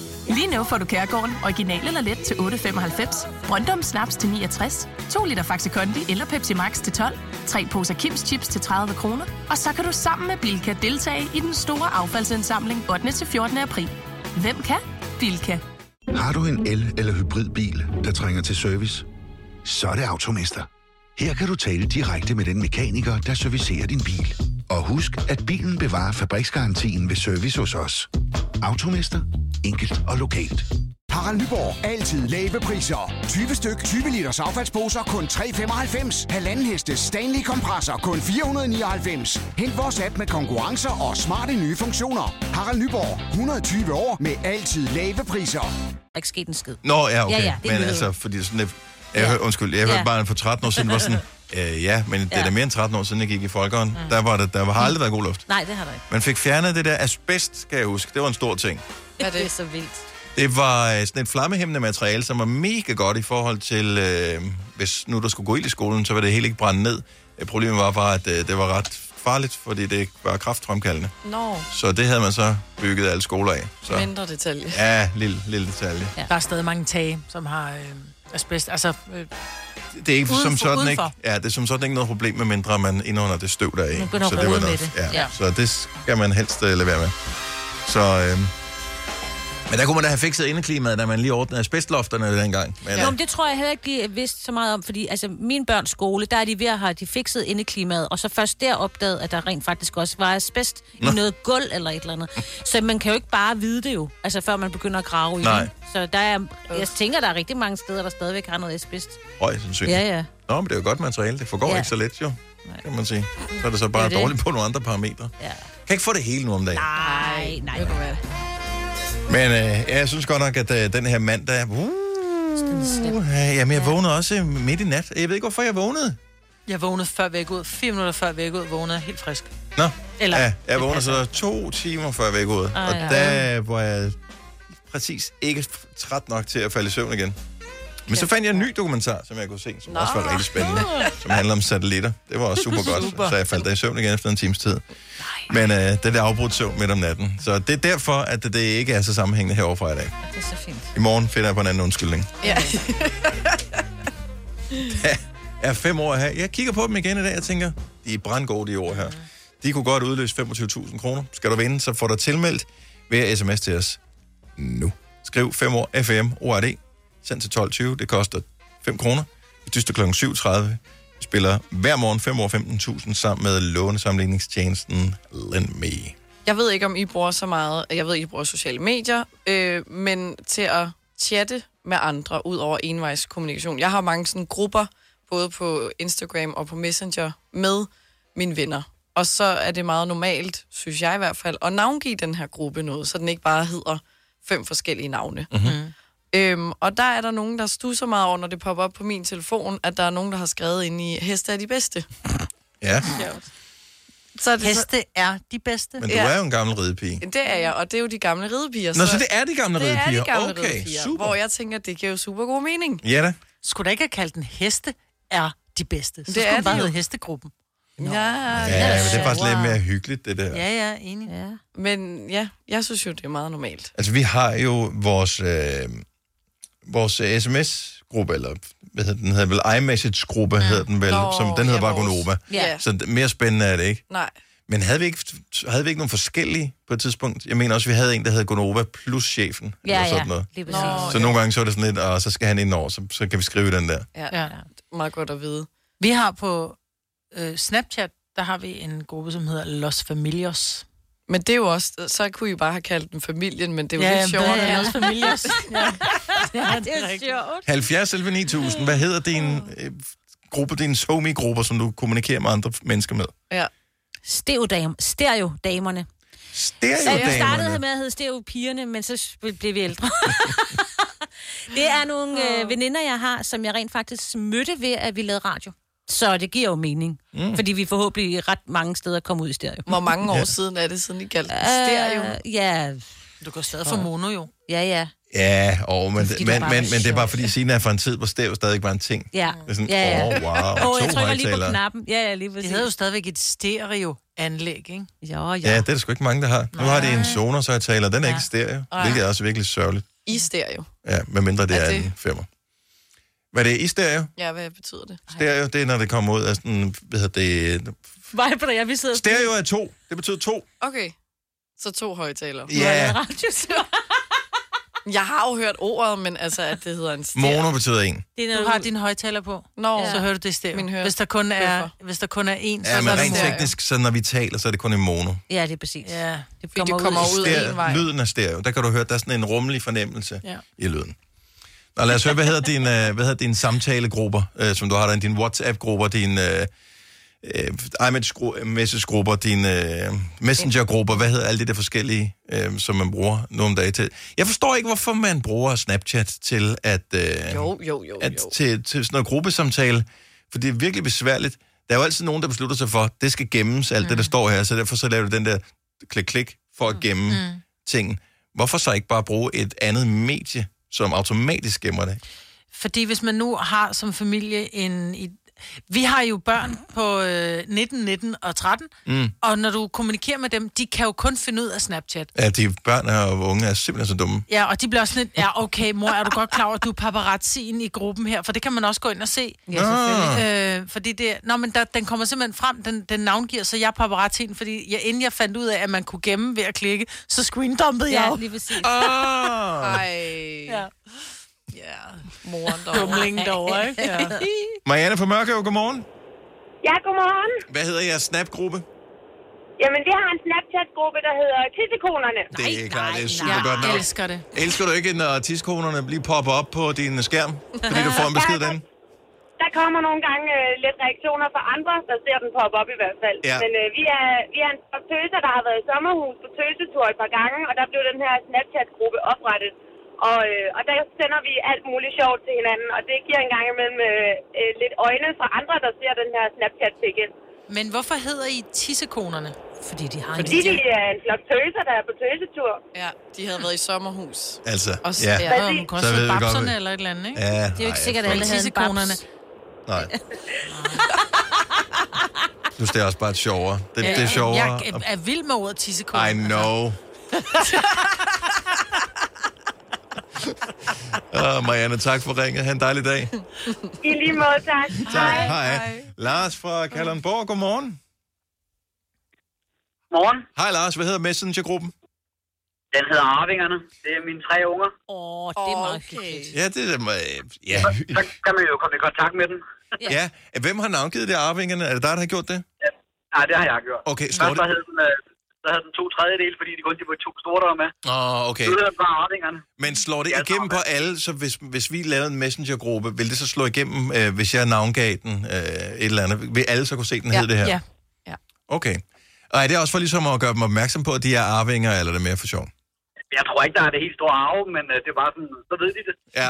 Lige nu får du Kærgården original eller let til 8.95, Brøndum Snaps til 69, 2 liter Faxi Kondi eller Pepsi Max til 12, 3 poser Kims Chips til 30 kroner, og så kan du sammen med Bilka deltage i den store affaldsindsamling 8. til 14. april. Hvem kan? Bilka.
Har du en el- eller hybridbil, der trænger til service? Så er det Automester. Her kan du tale direkte med den mekaniker, der servicerer din bil. Og husk, at bilen bevarer fabriksgarantien ved service hos os. Automester. Enkelt og lokalt.
Harald Nyborg. Altid lave priser. 20 styk, 20 liters affaldsposer kun 3,95. Halvanden heste Stanley kompresser kun 499. Hent vores app med konkurrencer og smarte nye funktioner. Harald Nyborg. 120 år med altid lave priser.
der er ikke sket en skid.
Nå, ja, okay.
Ja, ja, det er
men
nyhed.
altså, fordi sådan... Jeg, jeg
Ja.
hør, undskyld, jeg hørte
Ja.
bare for 13 år siden, var sådan... Øh, ja, men det er da
Ja.
mere end 13 år siden, jeg gik i folkeren. Mm. Der, var det, der har aldrig været god luft.
Nej, det har der ikke.
Man fik fjernet det der asbest, kan jeg huske. Det var en stor ting.
Hvad er det?
Det er så vildt.
Det var øh, sådan et flammehæmmende materiale, som var mega godt i forhold til, øh, hvis nu der skulle gå ild i skolen, så var det helt ikke brænde ned. Øh, Problemet var bare, at øh, det var ret farligt, fordi det var kraftfremkaldende.
Nå,
Så det havde man så bygget alle skoler af. Så,
mindre detalje.
ja, lille, lille detalje.
Der er stadig mange tage, som har øh, asbest. Altså, øh,
det er ikke
Udenfor-
som sådan ikke,
udenfor.
ja, det er som sådan ikke noget problem, medmindre man indånder det støv, der er i.
Man begynder at
var
rode med
noget-
det.
Ja,
Ja.
Så det skal man helst uh, lade være med. Så, øh, men der kunne man da have fikset indeklimaet, da man lige ordnede asbestlofterne dengang. Men, øh,
Ja. Nå, men det tror jeg heller ikke, de vidste så meget om, fordi altså, min børns skole, der er de ved at have de fikset indeklimaet, og så først der opdaget, at der rent faktisk også var asbest
Nå.
i noget gulv eller et eller andet. Så man kan jo ikke bare vide det jo, altså før man begynder at grave i
Nej.
det. Så der er, jeg tænker, der er rigtig mange steder, der stadigvæk har noget asbest.
Højst sandsynligt.
Ja, ja.
Nå, men det er jo godt materiale. Det forgår ja.
Ja.
ikke så let, jo. Kan man sige. Så er det så bare
Det
det
er det.
dårligt på nogle andre parametre.
Ja.
Kan ikke få det hele nu om dagen.
Nej, nej. Det kan
Men øh, jeg synes godt nok, at øh, den her mandag... Uh, uh, jamen, jeg vågnede også øh, midt i nat. Jeg ved ikke, hvorfor jeg vågnede.
Jeg vågnede før væk ud. Fire minutter før væk ud, vågnede jeg helt frisk.
Nå,
Eller- Altså.
ja, jeg vågnede så to timer før væk ud.
Ej,
Og
ja.
der var jeg præcis ikke træt nok til at falde i søvn igen. Men så fandt jeg en ny dokumentar, som jeg kunne se, som også var rigtig spændende, som handler om satellitter. Det var også super godt,
Super.
så jeg faldt der i søvn igen efter en times tid. Men øh, det er der afbrudt søvn midt om natten. Så det er derfor, at det ikke er så sammenhængende herovre fra i dag.
Det er så fint.
I morgen finder jeg på en anden undskyldning.
Ja.
er fem år her. Jeg kigger på dem igen i dag og tænker, de er brandgode de år her. De kunne godt udløse 25.000 kroner. Skal du vinde, så får du tilmeldt ved sms til os nu. Skriv 5 år FM ORD. Send til 12.20. Det koster 5 kroner. Vi dyster kl. 7.30. Vi spiller hver morgen 5 år 15.000 sammen med lånesamligningstjenesten LendMe.
Jeg ved ikke, om I bruger så meget, jeg ved, I bruger sociale medier, øh, men til at chatte med andre ud over envejskommunikation. Jeg har mange sådan grupper, både på Instagram og på Messenger, med mine venner. Og så er det meget normalt, synes jeg i hvert fald, at navngive den her gruppe noget, så den ikke bare hedder fem forskellige navne.
Mhm.
Mhm.
Mm-hmm.
Øhm, og der er der nogen, der stusser meget over, når det popper op på min telefon, at der er nogen, der har skrevet ind i, heste er de bedste.
Ja,
Så er det
Heste er de bedste.
men du er jo en gammel ridepige.
Det er jeg, og det er jo de gamle ridepiger.
Nå, så det er de gamle
det er
ridepiger.
de gamle
Okay,
ridepiger,
super.
Hvor jeg tænker, det giver jo super god mening.
Ja da.
Skulle da ikke have kaldt den heste er de bedste. Så
Det
det
er
skulle den bare
de jo.
hedde hestegruppen.
Nå. Ja,
Ah, Ja, men det er faktisk lidt mere hyggeligt, det der.
Ja, ja, enig. Ja.
Men ja, jeg synes jo, det er meget normalt.
Altså, vi har jo vores, øh, vores øh, sms-gruppe, eller hvad hedder den? den hedder vel iMessage-gruppe, mm. hedder den vel,
Nå,
Nå, som den hedder
ja,
bare
vores.
Gonova.
Ja.
Så d- mere spændende er det ikke.
Nej.
Men havde vi ikke, havde vi ikke nogle forskellige på et tidspunkt? Jeg mener også, vi havde en, der hed Gonova plus chefen,
Ja,
eller
ja,
sådan noget.
lige præcis. Nå,
så
ja.
nogle gange så er det sådan lidt, og så skal han ind over, så, så kan vi skrive den der.
Ja, ja. meget godt at vide.
Vi har på øh, Snapchat, der har vi en gruppe, som hedder Los Familios.
Men det er jo også, så kunne I bare have kaldt den familien, men det er jo
Ja,
lidt
hvad
sjovere.
er Los Familios?
ja.
Ja,
det er sjovt.
70 11 9000, hvad hedder din øh, gruppe, din somi-grupper, som du kommunikerer med andre mennesker med?
Ja.
Stereodam- Stereodamerne. Så
Stereodamerne.
vi startede med at hedde Steo Pigerne, men så s- blev vi ældre. det er nogle øh, veninder, jeg har, som jeg rent faktisk mødte ved, at vi lavede radio. Så det giver jo mening.
Mm.
Mm. Fordi vi forhåbentlig ret mange steder kommer ud i stereo.
Hvor mange år ja. siden er det, siden I kaldte den stereo?
Øh,
Mm.
ja.
Du går stadig for mono, jo.
Ja, ja.
Ja, og, men,
Fordi
men,
det var
men,
bare
men det er bare
sjovt.
fordi, Signe er fra en tid, hvor stæv stadig var en ting.
Ja.
Det er sådan,
ja, ja.
åh, wow,
Åh,
to
jeg trykker lige på
højtalere.
knappen. Ja, ja, lige præcis.
De havde jo stadigvæk et stereo-anlæg, ikke?
Jo,
Ja, det er der sgu ikke mange, der har. Nu har de en Sonos højtaler, den er ikke stereo,
Nej.
hvilket er også virkelig sørgeligt.
I stereo.
Ja, medmindre det
Er
er,
det-
en femmer. Hvad det er i stereo?
Ja, hvad betyder det?
Stereo, det er, når det kommer ud af sådan, hvad hedder det...
Vej på dig, jeg vi sidder...
Stereo er to. Det betyder to.
Okay, så to højtalere.
Ja. Nu har jeg
Jeg har jo hørt ordet, men altså, at det hedder en stereo.
Mono betyder en.
Det
du har din højtaler på,
Nå.
så hører du det
Min
stereo.
hører-
Hvis der kun er,
hørefor.
hvis der kun er en, så
Ja,
er
men
der
rent
stereo.
teknisk, så når vi taler, så er det kun i mono.
Ja, det er præcis.
Ja.
Det
kommer, det kommer ud, ud en vej.
Stereo, lyden af stereo, der kan du høre, der er sådan en rummelig fornemmelse
Ja.
i lyden. Nå, lad os høre, hvad hedder din, øh, hvad hedder din samtalegrupper, øh, som du har derinde, din WhatsApp-grupper, din øh, øh, iMessage-grupper, din øh, Messenger-grupper, hvad hedder alle de der forskellige, øh, som man bruger nogle dage til. Jeg forstår ikke, hvorfor man bruger Snapchat til at... Øh,
Jo, jo, jo,
at,
jo.
Til, til sådan noget gruppesamtale, for det er virkelig besværligt. Der er jo altid nogen, der beslutter sig for, det skal gemmes, alt mm. det, der står her, så derfor så laver du den der klik-klik for at gemme mm. ting. Hvorfor så ikke bare bruge et andet medie, som automatisk gemmer det?
Fordi hvis man nu har som familie en... i- vi har jo børn på øh, 19, 19 og 13,
Mm.
og når du kommunikerer med dem, de kan jo kun finde ud af Snapchat.
Ja, de børn og unge er simpelthen så dumme.
Ja, og de bliver også sådan lidt, ja, okay, mor, er du godt klar over, at du er paparazzien i gruppen her? For det kan man også gå ind og se.
Ja, selvfølgelig.
Øh, fordi det, nå, men der, den kommer simpelthen frem, den, den navngiver, så jeg er paparazzien, fordi jeg, inden jeg fandt ud af, at man kunne gemme ved at klikke, så screendumpede jeg.
Ja,
jo.
lige præcis.
Ah.
Ej. Ja. Ja, moren derovre. Dumlingen derovre, ikke? Ja.
Marianne fra Mørkøv, godmorgen.
Ja, godmorgen.
Hvad hedder jeres snapgruppe?
Jamen, vi har en Snapchat-gruppe, der hedder Tissekonerne.
Det er klart, det er super
nej.
godt nok.
Jeg elsker det.
Elsker du ikke, når tiskonerne lige popper op på din skærm, fordi du får en besked den?
Der kommer nogle gange øh, lidt reaktioner fra andre, der ser den poppe op i hvert fald.
Ja.
Men øh, vi, er, vi er en flok tøser, der har været i sommerhus på tøsetur et par gange, og der blev den her Snapchat-gruppe oprettet. Og, øh, og der sender vi alt muligt sjovt til hinanden, og det giver en gang imellem øh, øh, lidt øjne fra andre, der ser den her Snapchat-pik ind.
Men hvorfor hedder I tissekonerne? Fordi de har
Fordi de er en flok tøser, der er på tøsetur.
Ja, de havde været i sommerhus.
Altså,
Og s-
ja.
ja.
Ja, man kan også
Så
hedde
ved vi godt,
babserne
hvad-
eller et eller andet, ikke?
Ja,
det er jo
nej,
ikke sikkert,
jeg
at alle havde en
forstår ikke.
babs.
Nej. Nu er det også bare sjovere. Det,
Ja,
det er sjovere.
Øh, Jeg er- er vild med ordet tissekone.
I know. Uh, Marianne, tak for ringet. Ha' en dejlig dag.
I lige måde, tak.
Tak. Hej. Hej. Lars fra Kalundborg, godmorgen.
Morgen.
Hej Lars, hvad hedder Messenger-gruppen?
Den hedder Arvingerne. Det er mine tre unger.
Åh, oh, det er meget hyggeligt.
Ja, det er... øh, Ja.
Så kan man jo komme i kontakt med dem.
ja. Hvem har navngivet det arvingerne? Er det dig, der har gjort det?
Nej, det har jeg gjort.
Okay, står
Først
det-
der hed den, øh, der hed den to tredjedel, fordi de kun de var to store, der var med.
Åh, oh, okay.
Nu hedder den bare Arvingerne.
Men slår det igennem på alle, så hvis, hvis vi lavede en messengergruppe, vil det så slå igennem, øh, hvis jeg navngav den øh, et eller andet? Vil alle så kunne se, den hed det her?
Ja.
Okay. Og er det også for ligesom at gøre dem opmærksom på, at de er arvinger, eller er det mere for sjov?
Jeg tror ikke, der er det helt store arve, men øh, det er bare sådan, så ved de det.
Ja.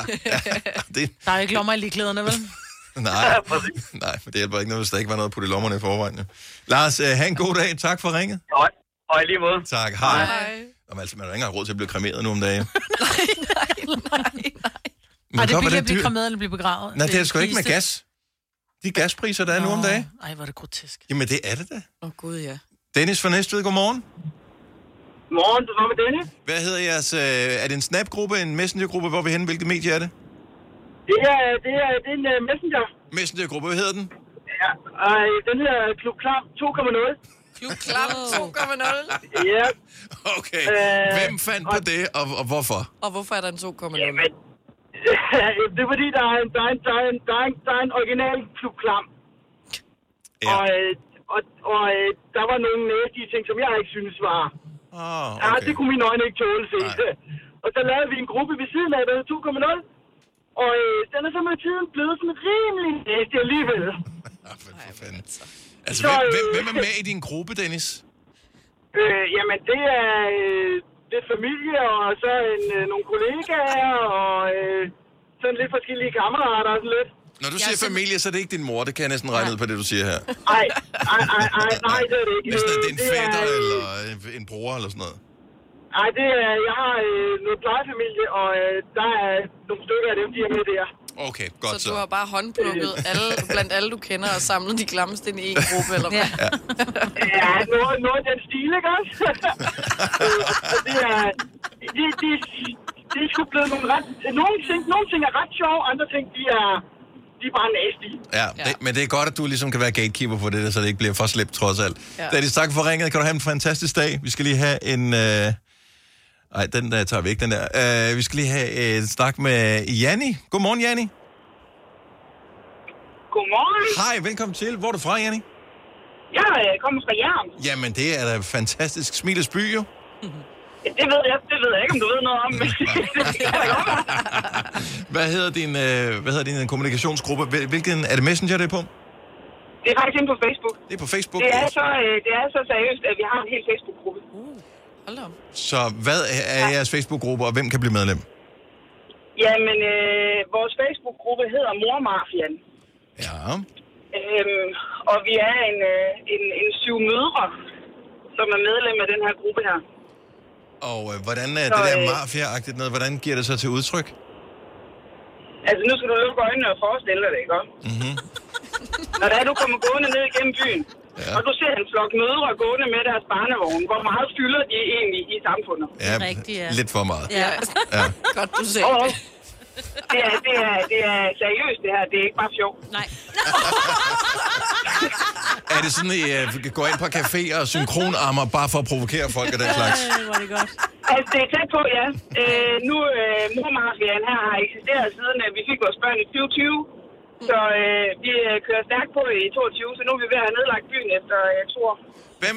Der er jo ikke lommer i ligeklæderne, vel?
Nej, nej, men det hjælper ikke noget, hvis der ikke var noget at putte i lommerne i forvejen. Jo. Lars, øh, have en god dag. Tak for ringet.
Hej. Hej lige måde.
Tak. Hej. Om, altså, man har ikke engang råd til at blive kremeret nu om dagen. Men
Ej, det
så
er
var
billigt at
dyrt.
blive kommet eller blive begravet.
Nej, det er sgu ikke med
kiste.
gas. De gaspriser, der er nu om
Nå,
dagen.
Ej, hvor er det grotesk.
Jamen, det er det da.
Åh, oh, gud, ja.
Dennis fra Næstved, godmorgen.
Morgen, du var med Dennis.
Hvad hedder jeres... Øh, er det en Snap-gruppe, en Messenger-gruppe? Hvor er vi henne? Hvilket medie er det?
Det er, det er, det er en uh, messenger.
Messenger-gruppe, hvad hedder den?
Ja, og øh, den hedder Klub Klam 2.0.
Klub Klam 2.0.
ja.
Okay.
Øh,
Hvem fandt på det, og, og hvorfor?
Og hvorfor er der en 2.0?
det er fordi, der er en, der er en, der er en, der er en, der er en original Klub Klam.
Ja.
Og, øh, og, og øh, der var nogle næstige ting, som jeg ikke synes var...
Oh,
Ja, det kunne mine øjne ikke tåle se. og så lavede vi en gruppe ved siden af, der hed 2.0. Og øh, den er så med tiden blevet sådan rimelig næstig alligevel.
Altså,
Så,
hvem,
øh,
hvem, hvem er med i din gruppe, Dennis?
Øh, jamen, det er øh, lidt familie, og så en, øh, nogle kollegaer, og øh, sådan lidt forskellige kammerater og sådan lidt.
Når du siger familie, så er det ikke din mor. Det kan jeg næsten regne ud på det, du siger her.
Ej, ej, ej, ej, nej, det er det ikke. Øh,
Hvis det er en
Det er-
fætter eller en- en bror eller sådan noget.
Ej, det er, jeg har øh, noget plejefamilie, og øh, der er nogle stykker af dem, de er med der.
Okay, godt
så.
så.
du har bare håndplukket alle, blandt alle, du kender, og samlet de klammeste ind i en gruppe, eller hvad?
Ja.
Ja, noget, noget af den stil, ikke også? Øh, og det er, det, det, det er sgu blevet nogle ret, nogle ting, nogle ting er ret sjove, andre ting, de er, de er bare nasty.
Ja, det, men det er godt, at du ligesom kan være gatekeeper for det, der, så det ikke bliver for slemt trods alt.
Ja.
Ja. Dennis, tak for ringet. Kan du have en fantastisk dag. Vi skal lige have en... Øh... Ej, den der tager vi ikke, den der. Øh, vi skal lige have en snak med Janni. Godmorgen, Janni.
Godmorgen.
Hej, velkommen til. Hvor er du fra, Janni?
Jeg øh, kommer fra Jern.
Jamen, det er da fantastisk. Smiles by, jo.
Det ved jeg, det ved jeg ikke, om du ved noget om. men
Hvad hedder din, øh, hvad hedder din kommunikationsgruppe? Hvil- Hvilken, er det Messenger, det er på?
det er faktisk inde på Facebook.
Det er på Facebook?
Det er så, øh, det er så seriøst, at vi har en hel Facebook-gruppe. Uh, hold op.
Så hvad er jeres Facebook-gruppe, og hvem kan blive medlem?
Jamen, øh, vores Facebook-gruppe hedder Mormafian.
Ja.
Øhm, og vi er en, øh, en, en syv mødre, som er medlem af den her gruppe her.
Og øh, hvordan er
Så,
det der
øh,
mafia-agtigt noget, hvordan giver det så til udtryk?
Altså, nu skal du lukke øjnene og forestille dig det, ikke også?
Mm-hmm.
Når der er, du kommer gående ned igennem byen, ja. og du ser en flok mødre gående med deres barnevogn, hvor meget fylder de egentlig i samfundet?
Ja, Det er rigtigt, ja. lidt for meget.
Ja.
Ja.
Godt, du ser og, det. Er, det, er, det er seriøst, det her. Det er ikke bare sjov.
Nej.
Er det sådan, at I øh, går ind på caféer og synkronarmer bare for at provokere folk af den slags?
Hvor er det godt.
Altså, det er tæt på, ja. Øh, nu, øh, mormafiaen her har eksisteret siden, at vi fik vores børn i 2020. Så øh, vi øh, kører stærkt på i 22, så nu er vi ved at have nedlagt byen efter øh, to år.
Hvem,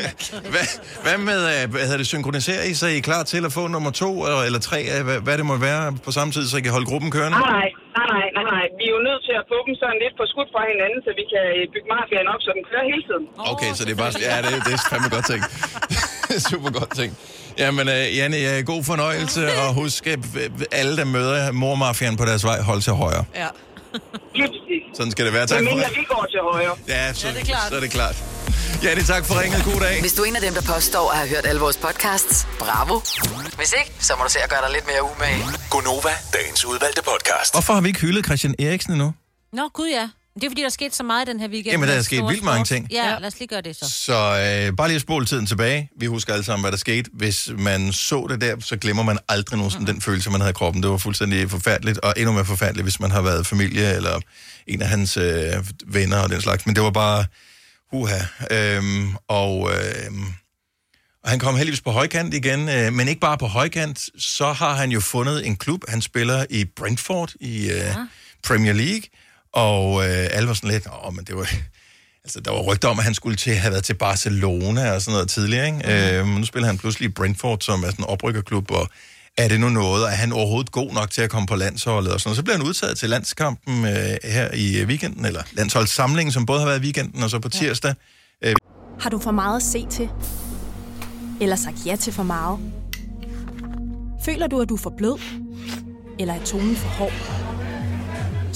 hvad, hvad med, øh, hvad hedder det, synkroniserer I, så I er klar til at få nummer to eller, eller tre, øh, hvad, hvad det må være på samme tid, så I kan holde gruppen kørende?
Nej, nej, nej, nej, nej. Vi er jo nødt til at få dem sådan lidt på skud fra hinanden, så vi kan øh, bygge mafiaen op, så den kører hele tiden.
Okay, så det er bare, ja, det, det er fandme godt tænkt. Super godt tænkt. Jamen, øh, Janne, ja, god fornøjelse, og husk, øh, alle der møder mormafian på deres vej, hold til højre.
Ja. Lige præcis.
Sådan skal det være. Tak
Men
for
mindre vi går til højre.
Ja, så, ja, det er klart. så er det klart. Janne, tak for ringet. God dag.
Hvis du er en af dem, der påstår at have hørt alle vores podcasts, bravo. Hvis ikke, så må du se at gøre dig lidt mere umage.
Gonova, dagens udvalgte podcast.
Hvorfor har vi ikke hyldet Christian Eriksen endnu?
Nå, gud ja. Det er fordi, der er sket så meget den her weekend.
Jamen, der er
Med
sket
store
vildt mange
sport.
ting.
Ja, lad os lige gøre det så.
Så øh, bare lige at spole tiden tilbage. Vi husker alle sammen, hvad der skete. Hvis man så det der, så glemmer man aldrig nogensinde den følelse, man havde i kroppen. Det var fuldstændig forfærdeligt, og endnu mere forfærdeligt, hvis man har været familie eller en af hans øh, venner og den slags. Men det var bare uha. Øhm, og, øhm, og han kom heldigvis på højkant igen, øh, men ikke bare på højkant. Så har han jo fundet en klub. Han spiller i Brentford i øh, ja. Premier League, og øh, alle var sådan lidt, åh, men det var... Altså, der var rygter om, at han skulle til, have været til Barcelona og sådan noget tidligere, ikke? Mm. Øh, men nu spiller han pludselig i Brentford, som er sådan en oprykkerklub, og er det nu noget, og er han overhovedet god nok til at komme på landsholdet og sådan noget? Så bliver han udtaget til landskampen øh, her i øh, weekenden, eller landsholdssamlingen, som både har været i weekenden og så på tirsdag. Øh,
Har du for meget at se til? Eller sagt ja til for meget? Føler du, at du er for blød? Eller er tonen for hård?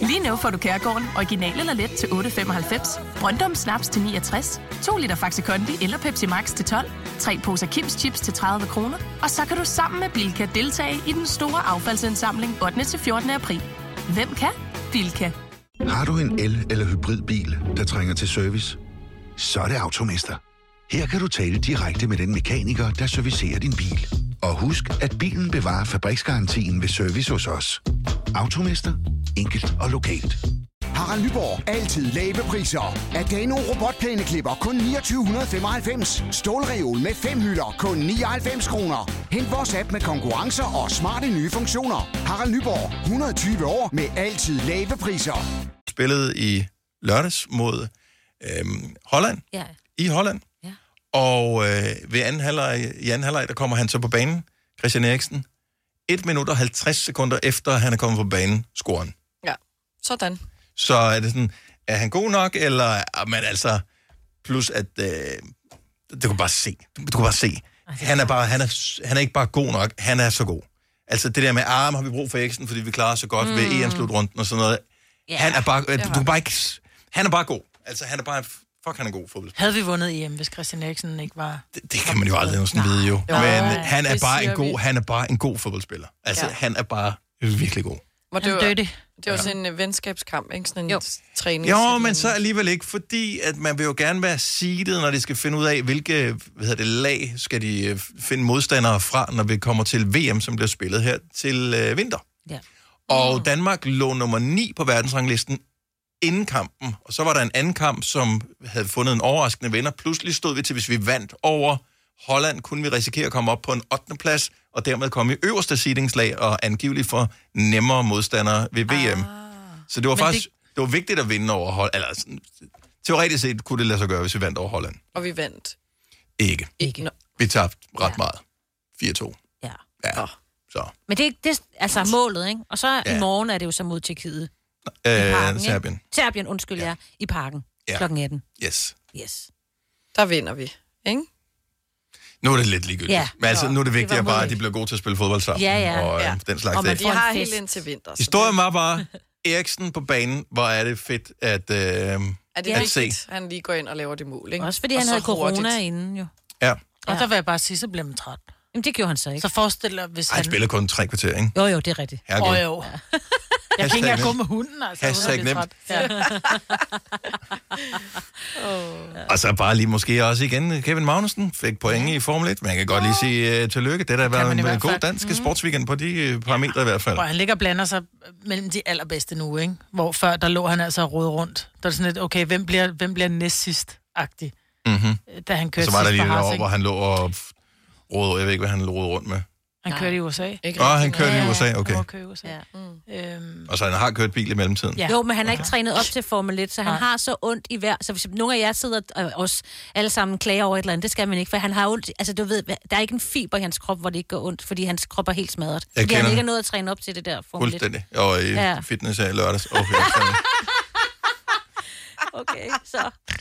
Lige nu får du Kærgården original eller let til 8.95, Brøndum Snaps til 69, 2 liter Faxi Kondi eller Pepsi Max til 12, 3 poser Kims Chips til 30 kroner, og så kan du sammen med Bilka deltage i den store affaldsindsamling 8. til 14. april. Hvem kan? Bilka.
Har du en el- eller hybridbil, der trænger til service? Så er det Automester. Her kan du tale direkte med den mekaniker, der servicerer din bil. Og husk, at bilen bevarer fabriksgarantien ved service hos os. Automester. Enkelt og lokalt.
Harald Nyborg. Altid lave priser. Adano robotplæneklipper kun 2995. Stålreol med fem hylder kun 99 kroner. Hent vores app med konkurrencer og smarte nye funktioner. Harald Nyborg. 120 år med altid lave priser.
spillede i lørdags mod øh, Holland,
Ja.
i Holland. Ja. Og øh, ved anden halvleg, i anden halvleg, der kommer han så på banen, Christian Eriksen. 1 minut og 50 sekunder efter, han er kommet på banen, scorer han.
Ja, sådan.
Så er det sådan, er han god nok, eller ah, men altså, plus at, øh, du kan bare se, du, du kan bare se, han er, bare, han, er, s- han er ikke bare god nok, han er så god. Altså det der med, arm har vi brug for Eriksen, fordi vi klarer os så godt mm. ved
Mm.
EM-slutrunden og sådan noget.
Ja,
Yeah, han er bare, øh,
det
du
har
kan
vi.
bare ikke, s- han er bare god. Altså han er bare, fuck han er god fodbold.
Havde vi vundet EM, hvis Christian Eriksen ikke var...
Det kan man jo aldrig nogensinde vide jo.
Jo,
Men han er
det
bare
siger
en god,
vi.
han er bare en god fodboldspiller. Altså
Ja.
han er bare virkelig god.
Hvor det, var,
dirty.
det var sådan en øh, venskabskamp, ikke? Sådan en jo. træning.
Jo, men så alligevel ikke, fordi at man vil jo gerne være seedet, når de skal finde ud af, hvilke hvad hedder det, lag skal de øh, finde modstandere fra, når vi kommer til VM, som bliver spillet her til øh, vinter.
Ja.
Og Danmark lå nummer 9 på verdensranglisten inden kampen, og så var der en anden kamp, som havde fundet en overraskende vinder. Pludselig stod vi til, hvis vi vandt over Holland, kunne vi risikere at komme op på en 8. plads, og dermed komme i øverste seedingslag og angiveligt for nemmere modstandere ved VM. Ah. Så det var
Men
faktisk det... det var vigtigt at vinde over Holland. Eller, sådan, teoretisk set kunne det lade sig gøre, hvis vi vandt over Holland.
Og vi vandt.
Ikke.
Ikke.
Vi tabte ret ja. meget. 4-2.
Ja.
Ja. Så.
Men det er det, er- altså målet, ikke? Og så ja.
Ja.
i morgen er det jo så mod Tjekkiet.
Øh,
parken, ikke?
Serbien.
Serbien, undskyld ja. jer. I parken.
Ja.
Ja. Klokken 18.
Yes.
Yes.
Der vinder vi, ikke?
Nu er det lidt ligegyldigt.
Ja.
Men altså, nu er det
Det
vigtigt,
var
at bare, at de
modigt.
bliver gode til at spille fodbold sammen.
Ja, ja.
Og øh,
Ja.
den slags.
Og man
ting.
De har
en
helt
fest.
indtil vinter. så
Historien var bare, Eriksen på banen, hvor er det fedt at, øh,
Er det
at se.
vigtigt, at han lige går ind og laver det mål, ikke?
Også fordi han
så
havde corona
hurtigt.
inden jo.
Ja.
Og der vil jeg bare sige, så bliver man træt.
Jamen, det gjorde han så ikke.
Så forestil dig, hvis
Ej, han
han...
spiller kun tre kvarter, ikke?
Jo, jo, det er rigtigt.
Herregud.
Åh, jo. Jeg kan
Hashtag
ikke engang gå
nemt.
med hunden, altså. uden at
Hashtag
blive
nemt.
træt.
Og så bare lige måske også igen, øh, Kevin Magnussen fik pointe i Formel 1, men jeg kan godt lige sige uh, tillykke. Det der har været
man i
en øh,
hvert
god
fald.
dansk
Mhm.
sportsweekend på de øh, parametre i hvert fald.
Hvor han ligger og blander sig øh, mellem de allerbedste nu, ikke? Hvor før, der lå han altså og rode rundt. Der er sådan lidt, okay, hvem bliver, hvem bliver næst sidst-agtig,
Mm-hmm.
da han kørte
Så var der
sidst
lige
for
det
Haas,
år,
ikke?
hvor han lå og f- rodede, jeg ved ikke, hvad han rodede rundt med.
Han kørte i USA.
Ikke Åh, han rigtig, kørte i nej. USA, okay.
Han kørte i USA. Øhm,
Og så han har kørt bil i mellemtiden.
Ja. Mm. Jo, men han er ikke trænet op til Formel 1, så han har så ondt i hver... Så hvis nogle af jer sidder og os alle sammen klager over et eller andet, det skal man ikke, for han har ondt... Altså, du ved, der er ikke en fiber i hans krop, hvor det ikke gør ondt, fordi hans krop er helt smadret.
Jeg
fordi han
kender
ikke
det.
har nået at træne op til det der Formel 1.
Fuldstændig. øh. Og i
Ja.
ja. fitness her i lørdags. Okay, så-
Okay, så...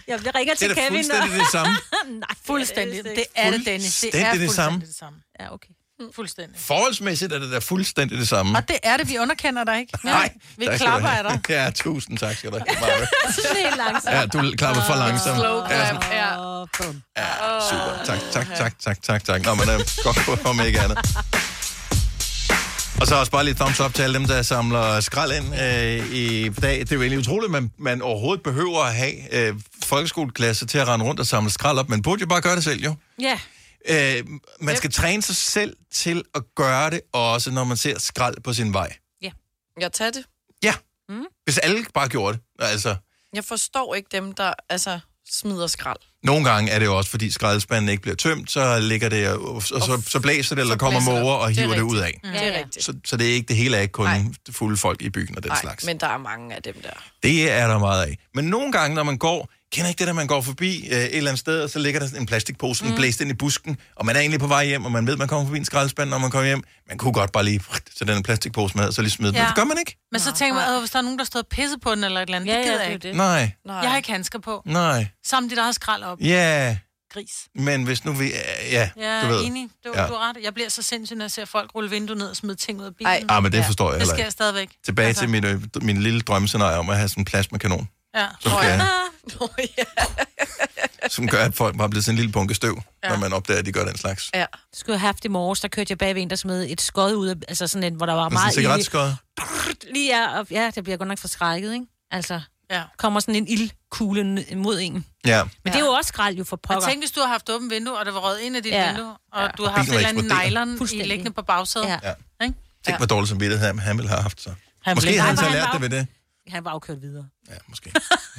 Jamen, jeg ringer
Det
til
er da
Kevin.
fuldstændig det samme.
Nej,
Fuldstændig. Det er det, Dennis. Det er
Fuldstændig det samme.
fuldstændig det samme.
Ja, okay.
Fuldstændig.
Forholdsmæssigt er det da fuldstændig det samme.
Og det er det, vi underkender dig, ikke?
Mm. Nej,
Vi
tak skal du
klapper af
have.
dig.
Ja, tusind tak skal du have. Maja.
Helt langsomt.
Ja, du klapper for langsomt.
Slow
Ja,
clap.
sådan.
Ja.
Ja, super. Tak, tak, tak, tak, tak, tak. Nå, men øh, godt gået, om ikke andet. Og så også bare lige thumbs up til alle dem, der samler skrald ind øh, i dag. Det er jo egentlig utroligt, at man, man overhovedet behøver at have øh, folkeskoleklasse til at rende rundt og samle skrald op. Man burde jo bare gøre det selv, jo.
Ja.
Øh, man skal træne sig selv til at gøre det, også når man ser skrald på sin vej.
Ja.
Jeg tager det.
Ja. Hvis alle bare gjorde det. Altså,
Jeg forstår ikke dem, der altså, smider skrald.
Nogle gange er det jo også, fordi skraldespanden ikke bliver tømt, så ligger det, og, og så, så blæser det, eller kommer måger og hiver det, ud af.
Mm. Det er rigtigt.
Så, så det er ikke det hele er ikke kun
Nej.
fulde folk i byen og den
Nej,
slags.
men der er mange af dem der.
Det er der meget af. Men nogle gange, når man går, kender ikke det, at man går forbi øh, et eller andet sted, og så ligger der sådan en plastikpose, mm.
Mm.
blæst ind i busken, og man er egentlig på vej hjem, og man ved, man kommer forbi en skraldespand, når man kommer hjem. Man kunne godt bare lige så den plastikpose med, og så lige smide den. Ja. Det gør man ikke.
Men så tænker man, "Åh, hvis der er nogen, der står og pisser på den eller et eller andet,
Ja, ja,
det gider
det er
jeg
jo
ikke.
det. Nej.
Jeg har ikke handsker på.
Nej.
Samt dit eget skrald op.
Ja.
Gris.
Men hvis nu vi... øh, Ja,
Ja,
du ved.
enig. Du,
Ja.
ja. du er ret. Jeg bliver så sindssyg, når jeg ser folk rulle vinduet ned og smide ting ud af bilen.
Ej. Ah, men det forstår jeg
Det
heller
sker
ikke.
stadigvæk.
Tilbage altså. til min, øh, min lille drømmescenarie om at have sådan en plasmakanon,
Ja.
Så skal jeg-
Nå, ja.
som gør, at folk bare bliver sådan en lille bunke støv, ja.
Ja.
når man opdager, at de gør den slags.
Ja. Skulle jeg have haft i morges, der kørte jeg bag ved en, der smed et skod ud af, altså sådan en, hvor der var
Men sådan en
meget
cigaretskod.
ild. Lige er, og, ja, det bliver godt nok forskrækket, ikke? Altså,
ja.
kommer sådan en ildkugle n- mod en. Men
Ja.
ja. det er jo også skrald jo for
Og
pokker.
tænk, hvis du har haft åbent vindue, og der var røget ind af dit
Ja.
ja. vindue, og
Ja.
du
Og
har haft
bilen
en eller anden
eksploderer.
nylon i liggende på bagsædet.
Ja.
Ikke?
Tænk, hvor dårlig samvittighed han, han ville have haft så.
Han
Måske
blev-
havde han
Nej,
så
var
lært
han
det ved det.
Han var jo kørt videre.
Ja, måske.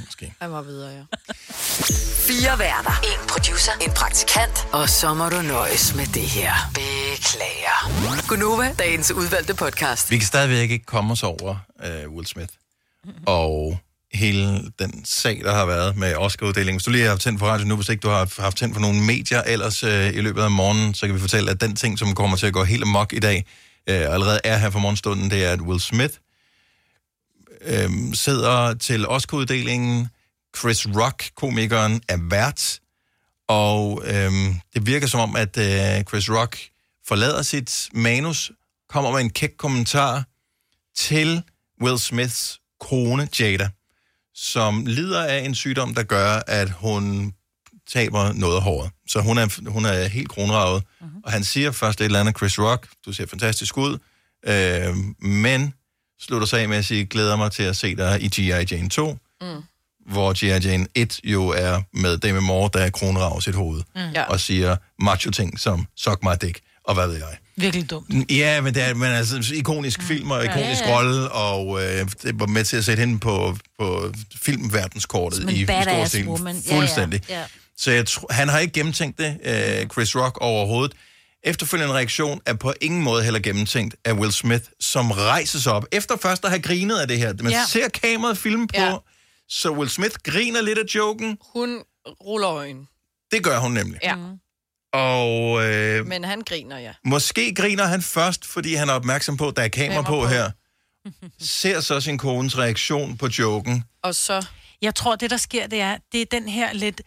måske.
Han var videre, ja.
Fire værter. En producer. En praktikant. Og så må du nøjes med det her. Beklager. Gunova, dagens udvalgte podcast.
Vi kan stadigvæk ikke komme os over uh, Will Smith. Og hele den sag, der har været med Oscar-uddelingen. Hvis du lige har haft tændt for radio nu, hvis ikke du har haft tændt for nogle medier ellers øh, i løbet af morgenen, så kan vi fortælle, at den ting, som kommer til at gå helt amok i dag, øh, og allerede er her for morgenstunden, det er, at Will Smith øh, sidder til Oscar-uddelingen. Chris Rock, komikeren, er vært. Og øh, det virker som om, at øh, Chris Rock forlader sit manus, kommer med en kæk kommentar til Will Smiths kone Jada, som lider af en sygdom, der gør, at hun taber noget af håret. Så hun er, hun er helt kronravet. Mm-hmm. Og han siger først et eller andet, Chris Rock, du ser fantastisk ud, øh, men slutter sig af med at sige, glæder mig til at se dig i G.I. Jane 2,
Mm.
hvor G.I. Jane 1 jo er med Demi Moore, der er kronravet sit hoved,
Mm.
Ja.
og siger macho ting som, suck my dick, og hvad ved jeg.
Virkelig dumt.
Ja, men det er men altså, ikonisk
Mm.
film og
Ja.
ikonisk
Ja, ja.
rolle, og øh, det var med til at sætte hende på, på filmverdenskortet
Som en
i, i stor
badass
stil.
woman. Ja, ja.
Fuldstændig.
Ja.
Så jeg tr- han har ikke gennemtænkt det, øh, Chris Rock, overhovedet. Efterfølgende reaktion er på ingen måde heller gennemtænkt af Will Smith, som rejser sig op. Efter først at have grinet af det her. Man
Ja.
ser kameraet filme på,
Ja.
så Will Smith griner lidt af joken.
Hun ruller øjen.
Det gør hun nemlig.
Ja.
Og øh,
Men han griner, ja.
Måske griner han først, fordi han er opmærksom på, at der er kamera på, her. Ser så sin kones reaktion på joken.
Og så...
Jeg tror, det der sker, det er, det er den her lidt...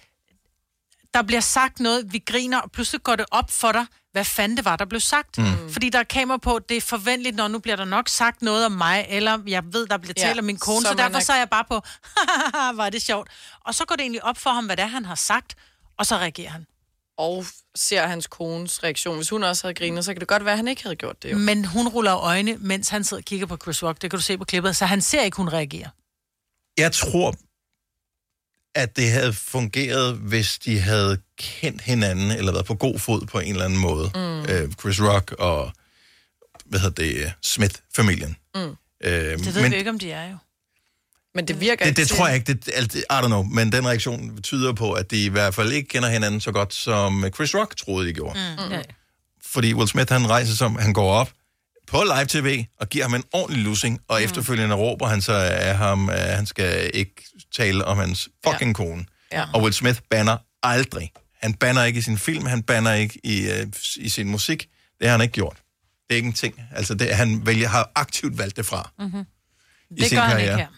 Der bliver sagt noget, vi griner, og pludselig går det op for dig, hvad fanden det var, der blev sagt.
Mm.
Mm. Fordi der er kamera på, det er forventeligt, når nu bliver der nok sagt noget om mig, eller jeg ved, der bliver
Ja,
talt om min kone,
så
så,
man
derfor
er-
så er jeg bare på, var det sjovt. Og så går det egentlig op for ham, hvad det er, han har sagt, og så reagerer han.
Og ser hans kones reaktion. Hvis hun også havde grinet, så kan det godt være, at han ikke havde gjort det. Jo.
Men hun ruller øjne, mens han sidder og kigger på Chris Rock. Det kan du se på klippet, så han ser ikke, hun reagerer.
Jeg tror, at det havde fungeret, hvis de havde kendt hinanden, eller været på god fod på en eller anden måde.
Mm.
Øh, Chris Rock og, hvad hedder det, øh, Smith-familien.
Mm.
Øh,
Det ved men, vi ikke, om de er jo.
Men det virker
Det, det tror jeg ikke. Det, alt- I don't know. Men den reaktion tyder på, at de i hvert fald ikke kender hinanden så godt, som Chris Rock troede, de gjorde. Mm.
Mm. Ja.
Fordi Will Smith, han rejser som, han går op på live-tv og giver ham en ordentlig lussing, og mm. efterfølgende råber han så af ham, at han skal ikke tale om hans fucking ja. kone.
Ja.
Og Will Smith banner aldrig. Han banner ikke i sin film, han banner ikke i, øh, i sin musik. Det har han ikke gjort. Det er ikke en ting. Altså, det, han vælger, har aktivt valgt det fra.
Mhm.
Mm-hmm.
I
Det
sin
gør han
karriere.
ikke her. Mm.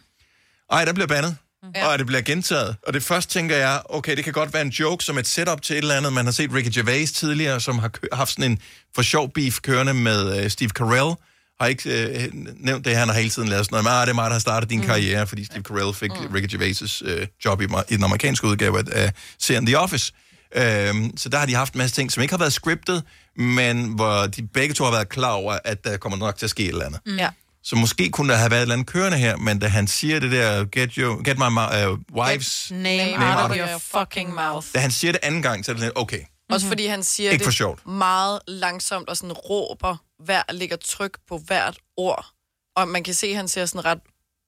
Ej, der bliver bandet. Ja. Og det bliver gentaget. Og det først tænker jeg, okay, det kan godt være en joke som et setup til et eller andet. Man har set Ricky Gervais tidligere, som har kø- haft sådan en for sjov beef kørende med øh, Steve Carell. Har ikke øh, nævnt det, han har hele tiden lavet sådan noget. Men, ah, det er mig, der har startet din mm. karriere, fordi Steve Carell fik mm. Ricky Gervais' øh, job i, ma- i den amerikanske udgave af af serien The Office. Øhm, så der har de haft en masse ting, som ikke har været scriptet, men hvor de begge to har været klar over, at der kommer nok til at ske et eller andet.
Mm. Ja.
Så måske kunne der have været et eller andet kørende her, men da han siger det der, get, you, get my uh, wives,
Mm.
Name,
Name
out
out of
of your fucking mouth.
da han siger det anden gang, så er det lidt, okay.
Også fordi han siger
Ikke for
det
sjovt.
meget langsomt og sådan råber, hver, lægger tryk på hvert ord. Og man kan se, at han ser sådan ret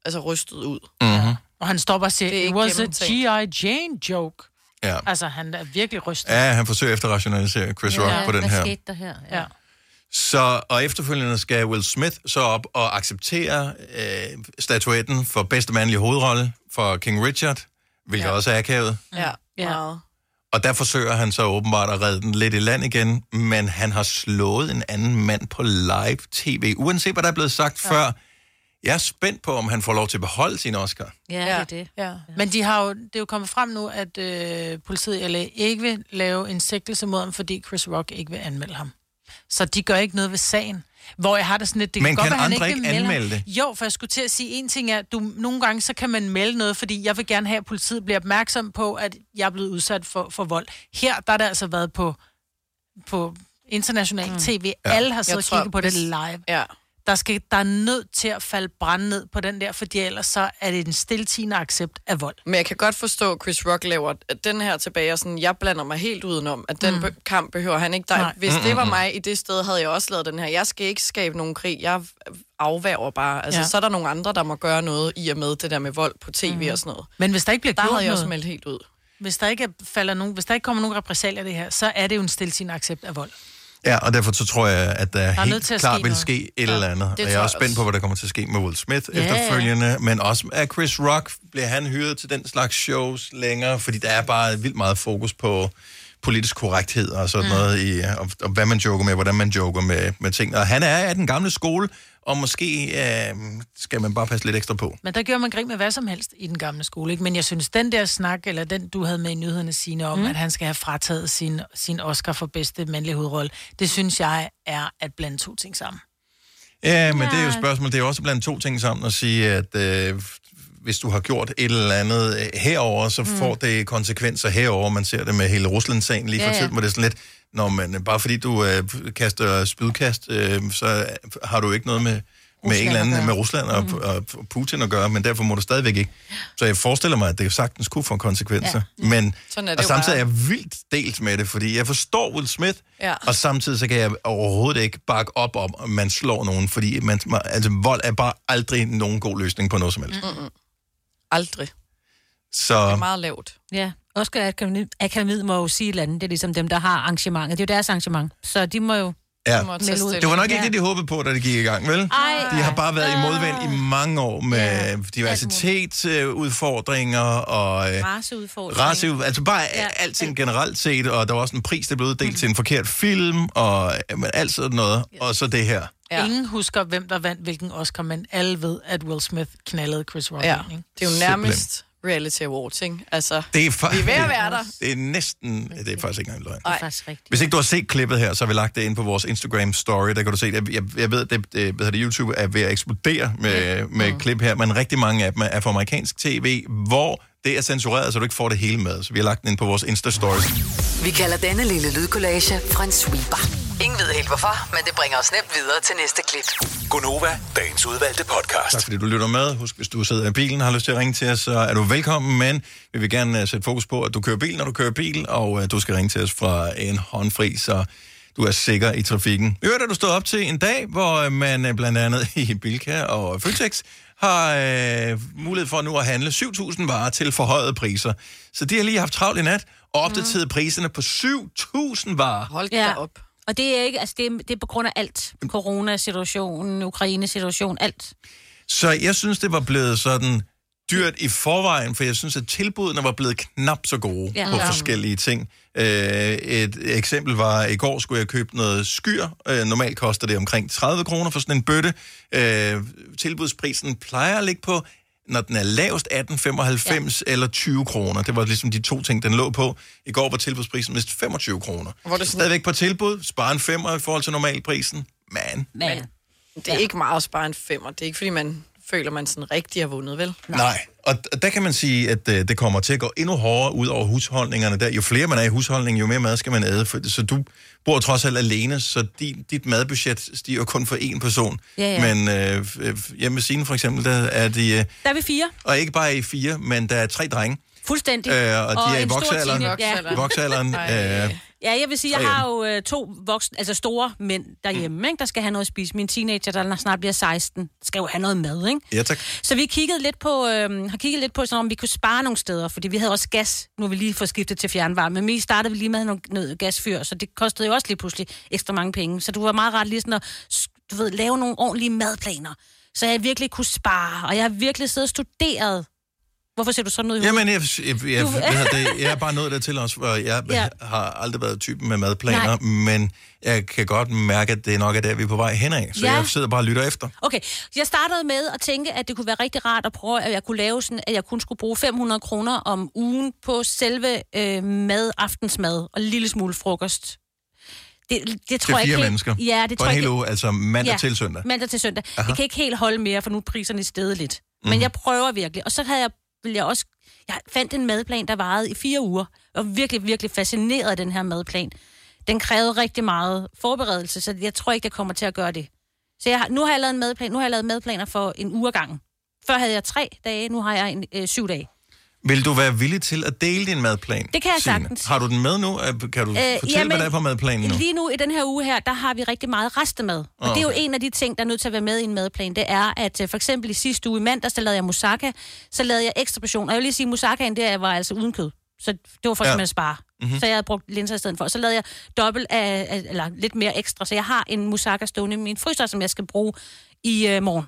altså, rystet ud.
Mm-hmm.
Og han står bare og siger,
Det er
it
ikke
was a
gennemtænkt.
G.I. Jane joke.
Ja.
Altså, han er virkelig rystet.
ja, han forsøger efter at rationalisere Chris Rock på den her.
der her? Ja.
Så, og efterfølgende skal Will Smith så op og acceptere øh, statuetten for bedste mandlige hovedrolle for King Richard, hvilket ja. også er akavet.
Ja, ja. meget.
Og der forsøger han så åbenbart at redde den lidt i land igen, men han har slået en anden mand på live tv, uanset hvad der er blevet sagt ja. før. Jeg er spændt på, om han får lov til at beholde sin Oscar.
Ja, det er det. Ja. Men de har jo, det er jo kommet frem nu, at øh, politiet i LA ikke vil lave en sigtelse mod ham, fordi Chris Rock ikke vil anmelde ham. Så de gør ikke noget ved sagen. Hvor jeg har det sådan lidt, det
Men kan
godt, være, han
andre
vil
ikke
melde ham.
anmelde det?
Jo, for jeg skulle til at sige, en ting er, du, nogle gange så kan man melde noget, fordi jeg vil gerne have, at politiet bliver opmærksom på, at jeg er blevet udsat for, for vold. Her, der er det altså været på, på international mm. tv.
Ja.
Ja. Alle har
Jeg
siddet
tror,
og kigget på det
hvis-
live.
Ja.
Der, skal, der er nødt til at falde brand ned på den der, fordi ellers så er det en stiltigende accept af vold.
Men jeg kan godt forstå, at Chris Rock laver at den her tilbage, og sådan, jeg blander mig helt udenom, at den
Mm.
mm. be- kamp behøver han ikke dig.
Nej.
Hvis det var
Mm, mm,
mig i det sted, havde jeg også lavet den her. Jeg skal ikke skabe nogen krig, jeg afværger bare. Altså,
Ja.
ja. så er der nogle andre, der må gøre noget i og med det der med vold på tv
Mm.
mm. og sådan noget.
Men hvis der ikke bliver
der
gjort
havde jeg også
noget-
meldt helt ud.
Hvis der ikke, er- falder nogen, hvis der ikke kommer nogen repressalier af det her, så er det jo en stiltigende accept af vold.
Ja, og derfor så tror jeg, at der, der
er nødt
helt
til at
klart
ske
vil
noget.
ske et ja, eller andet. Og
tror
jeg er
jeg
også spændt på, hvad der kommer til at ske med Will Smith
Ja,
ja,
ja.
efterfølgende. Men også er Chris Rock, bliver han hyret til den slags shows længere? Fordi der er bare vildt meget fokus på politisk korrekthed og sådan mm. noget, i, og, og hvad man joker med, hvordan man joker med, med ting. Og han er af den gamle skole, og måske øh, skal man bare passe lidt ekstra på.
Men der gjorde man grin med hvad som helst i den gamle skole. Ikke? Men jeg synes, den der snak, eller den du havde med i nyhederne, Signe, om, mm. at han skal have frataget sin, sin Oscar for bedste mandlige hovedrolle, det synes jeg er at blande to ting sammen.
Ja, men ja. det er jo spørgsmålet. Det er jo også blandt to ting sammen at sige, at øh, hvis du har gjort et eller andet øh, herover, så mm.
Mm.
får det konsekvenser herover. Man ser det med hele Rusland-sagen lige for
Ja, ja.
tiden, hvor det er sådan lidt, Nå, men øh, bare fordi du øh, kaster spydkast, øh, så har du ikke noget med, med, en
Rusland
eller
at
anden,
gøre.
med Rusland og, mm. og Putin at gøre, men derfor må du stadigvæk ikke. Så jeg forestiller mig, at det sagtens kunne få konsekvenser. Ja. Men,
Sådan er det
og
jo
samtidig er
bare.
jeg vildt delt med det, fordi jeg forstår Will Smith,
Ja.
og samtidig så kan jeg overhovedet ikke bakke op om, at man slår nogen, fordi man, altså, vold er bare aldrig nogen god løsning på noget som helst.
Mm-mm. Aldrig. Mm. Det er
Så
meget lavt.
Ja, Oscar Akademi- Akademiet må jo sige et eller andet. Det er ligesom dem, der har arrangementet. Det er jo deres arrangement. Så de må jo...
ja.
De må tage stilling.
det var nok ikke
Ja.
det, de håbede på, da de gik i gang, vel?
Ej.
de har bare været i modvind i mange år med ja. diversitetsudfordringer og... øh,
Raceudfordring.
Race, altså bare ja. alting generelt set, og der var også en pris, der blev uddelt mm. til en forkert film, og øh, men alt sådan noget, og så det her.
Ja. Ingen husker, hvem der vandt hvilken Oscar, men alle ved, at Will Smith knaldede Chris Rock.
Ja.
Ikke?
Det er jo nærmest reality awards, ikke? Altså,
Det er, fa-
vi er ved at være der.
Det er næsten... Det er faktisk ikke engang løgn.
Nej. Det er faktisk rigtigt.
Hvis ikke du har set klippet her, så har vi lagt det ind på vores Instagram-story. Der kan du se det. Jeg, jeg, jeg ved, det, det, hvad hedder det, YouTube er ved at eksplodere med, med mm. klip her, men rigtig mange af dem er fra amerikansk tv, hvor det er censureret, så du ikke får det hele med. Så vi har lagt den ind på vores Insta-stories.
Vi kalder denne lille lydkollage en sweeper. Ingen ved helt hvorfor, men det bringer os nemt videre til næste klip.
Gonova, dagens udvalgte podcast. Tak fordi du lytter med. Husk, hvis du sidder i bilen og har lyst til at ringe til os, så er du velkommen, men vi vil gerne øh, sætte fokus på, at du kører bil, når du kører bil, og øh, du skal ringe til os fra en håndfri, så du er sikker i trafikken. I Øvrigt er du stået op til en dag, hvor øh, man øh, blandt andet i Bilka og Føtex har øh, mulighed for nu at handle 7.000 varer til forhøjede priser. Så de har lige haft travlt i nat og opdateret priserne på 7.000 varer.
Hold
ja. op. Og det er ikke, altså det er, det er på grund af alt. Corona-situationen, Ukraine-situationen, alt.
Så jeg synes, det var blevet sådan dyrt i forvejen, for jeg synes, at tilbudene var blevet knap så gode
Ja.
ja. på
Ja.
forskellige ting. Øh, et eksempel var, i går skulle jeg købe noget skyr. Øh, normalt koster det omkring 30 kroner for sådan en bøtte. Øh, tilbudsprisen plejer at ligge på, når den er lavest, 18,95 ja. eller 20 kroner. Det var ligesom de to ting, den lå på. I går var tilbudsprisen vist 25 kroner.
Hvor er det sådan-
Stadigvæk på tilbud. Spare en femmer i forhold til normalprisen. Man.
Men det er ikke meget at spare en femmer. Det er ikke, fordi man føler, man sådan rigtig har vundet, vel?
Nej, og og der kan man sige, at øh, det kommer til at gå endnu hårdere ud over husholdningerne der. Jo flere man er i husholdningen, jo mere mad skal man æde. For- Så du bor trods alt alene, så din, dit madbudget stiger kun for én person.
Ja, ja.
Men øh, øh, hjemme med Signe for eksempel, der er de... Øh,
Der er vi fire.
og ikke bare i fire, men der er tre drenge.
Fuldstændig.
Øh, og de er i
en stor
voksealderen.
teenage- Ja.
Voksealderen. Øh,
Ja, jeg vil sige, jeg
Derhjemme.
har jo øh, to voksne, altså store mænd derhjemme, ikke? der skal have noget at spise. Min teenager, der snart bliver 16, skal jo have noget mad, ikke?
ja, tak.
Så vi kiggede lidt på, øh, har kigget lidt på, sådan, om vi kunne spare nogle steder, fordi vi havde også gas, nu har vi lige får skiftet til fjernvarme. Men vi startede lige med noget, noget gasfyr, så det kostede jo også lige pludselig ekstra mange penge. Så du var meget ret lige sådan at s- du ved, lave nogle ordentlige madplaner, så jeg virkelig kunne spare, og jeg har virkelig siddet og studeret. Hvorfor ser du sådan ud i hovedet?
Jamen, jeg, jeg, jeg,
Mm. Du-
hvad hedder det, jeg er bare nået dertil også, for jeg
Ja.
ja. har aldrig været typen med madplaner, Nej. men jeg kan godt mærke, at det nok er der, vi er på vej henad. Så
Ja.
ja. jeg sidder bare og lytter efter.
Okay, så jeg startede med at tænke, at det kunne være rigtig rart at prøve, at jeg kunne lave sådan, at jeg kun skulle bruge 500 kroner om ugen på selve øh, mad, aftensmad og en lille smule frokost. Det, det
til
tror jeg
fire
ikke helt-
mennesker.
Ja, det
på
tror
en
jeg
hel
ikke-
uge, altså mandag
ja,
ja. til søndag.
mandag til søndag. Aha.
Aha.
Det kan ikke helt holde mere, for nu er priserne steget lidt. Men
Mhm.
jeg prøver virkelig. Og så havde jeg, ville jeg også... Jeg fandt en madplan, der varede i fire uger. Jeg var virkelig, virkelig fascineret af den her madplan. Den krævede rigtig meget forberedelse, så jeg tror ikke, jeg kommer til at gøre det. Så jeg har, nu har jeg lavet en madplan. Nu har jeg lavet madplaner for en uge ad gangen. Før havde jeg tre dage, nu har jeg en, øh, syv dage.
Vil du være villig til at dele din madplan?
Det kan jeg
Signe?
sagtens.
Har du den med nu? Øh, Kan du øh, fortælle, jamen, hvad der er på madplanen nu?
Lige nu i den her uge her, der har vi rigtig meget restemad. Og
Ah,
det er jo
okay.
en af de ting, der er nødt til at være med i en madplan. Det er, at øh, for eksempel i sidste uge i mandags, der lavede jeg moussaka, så lavede jeg ekstra portion. Og jeg vil lige sige, at moussakaen der var altså uden kød. Så det var for
Ja.
ja. at spare.
Mhm.
Mm-hmm. Så jeg havde brugt linser i stedet for. Så lavede jeg dobbelt af, af- eller lidt mere ekstra. Så jeg har en moussaka stående i min fryser, som jeg skal bruge i øh, morgen.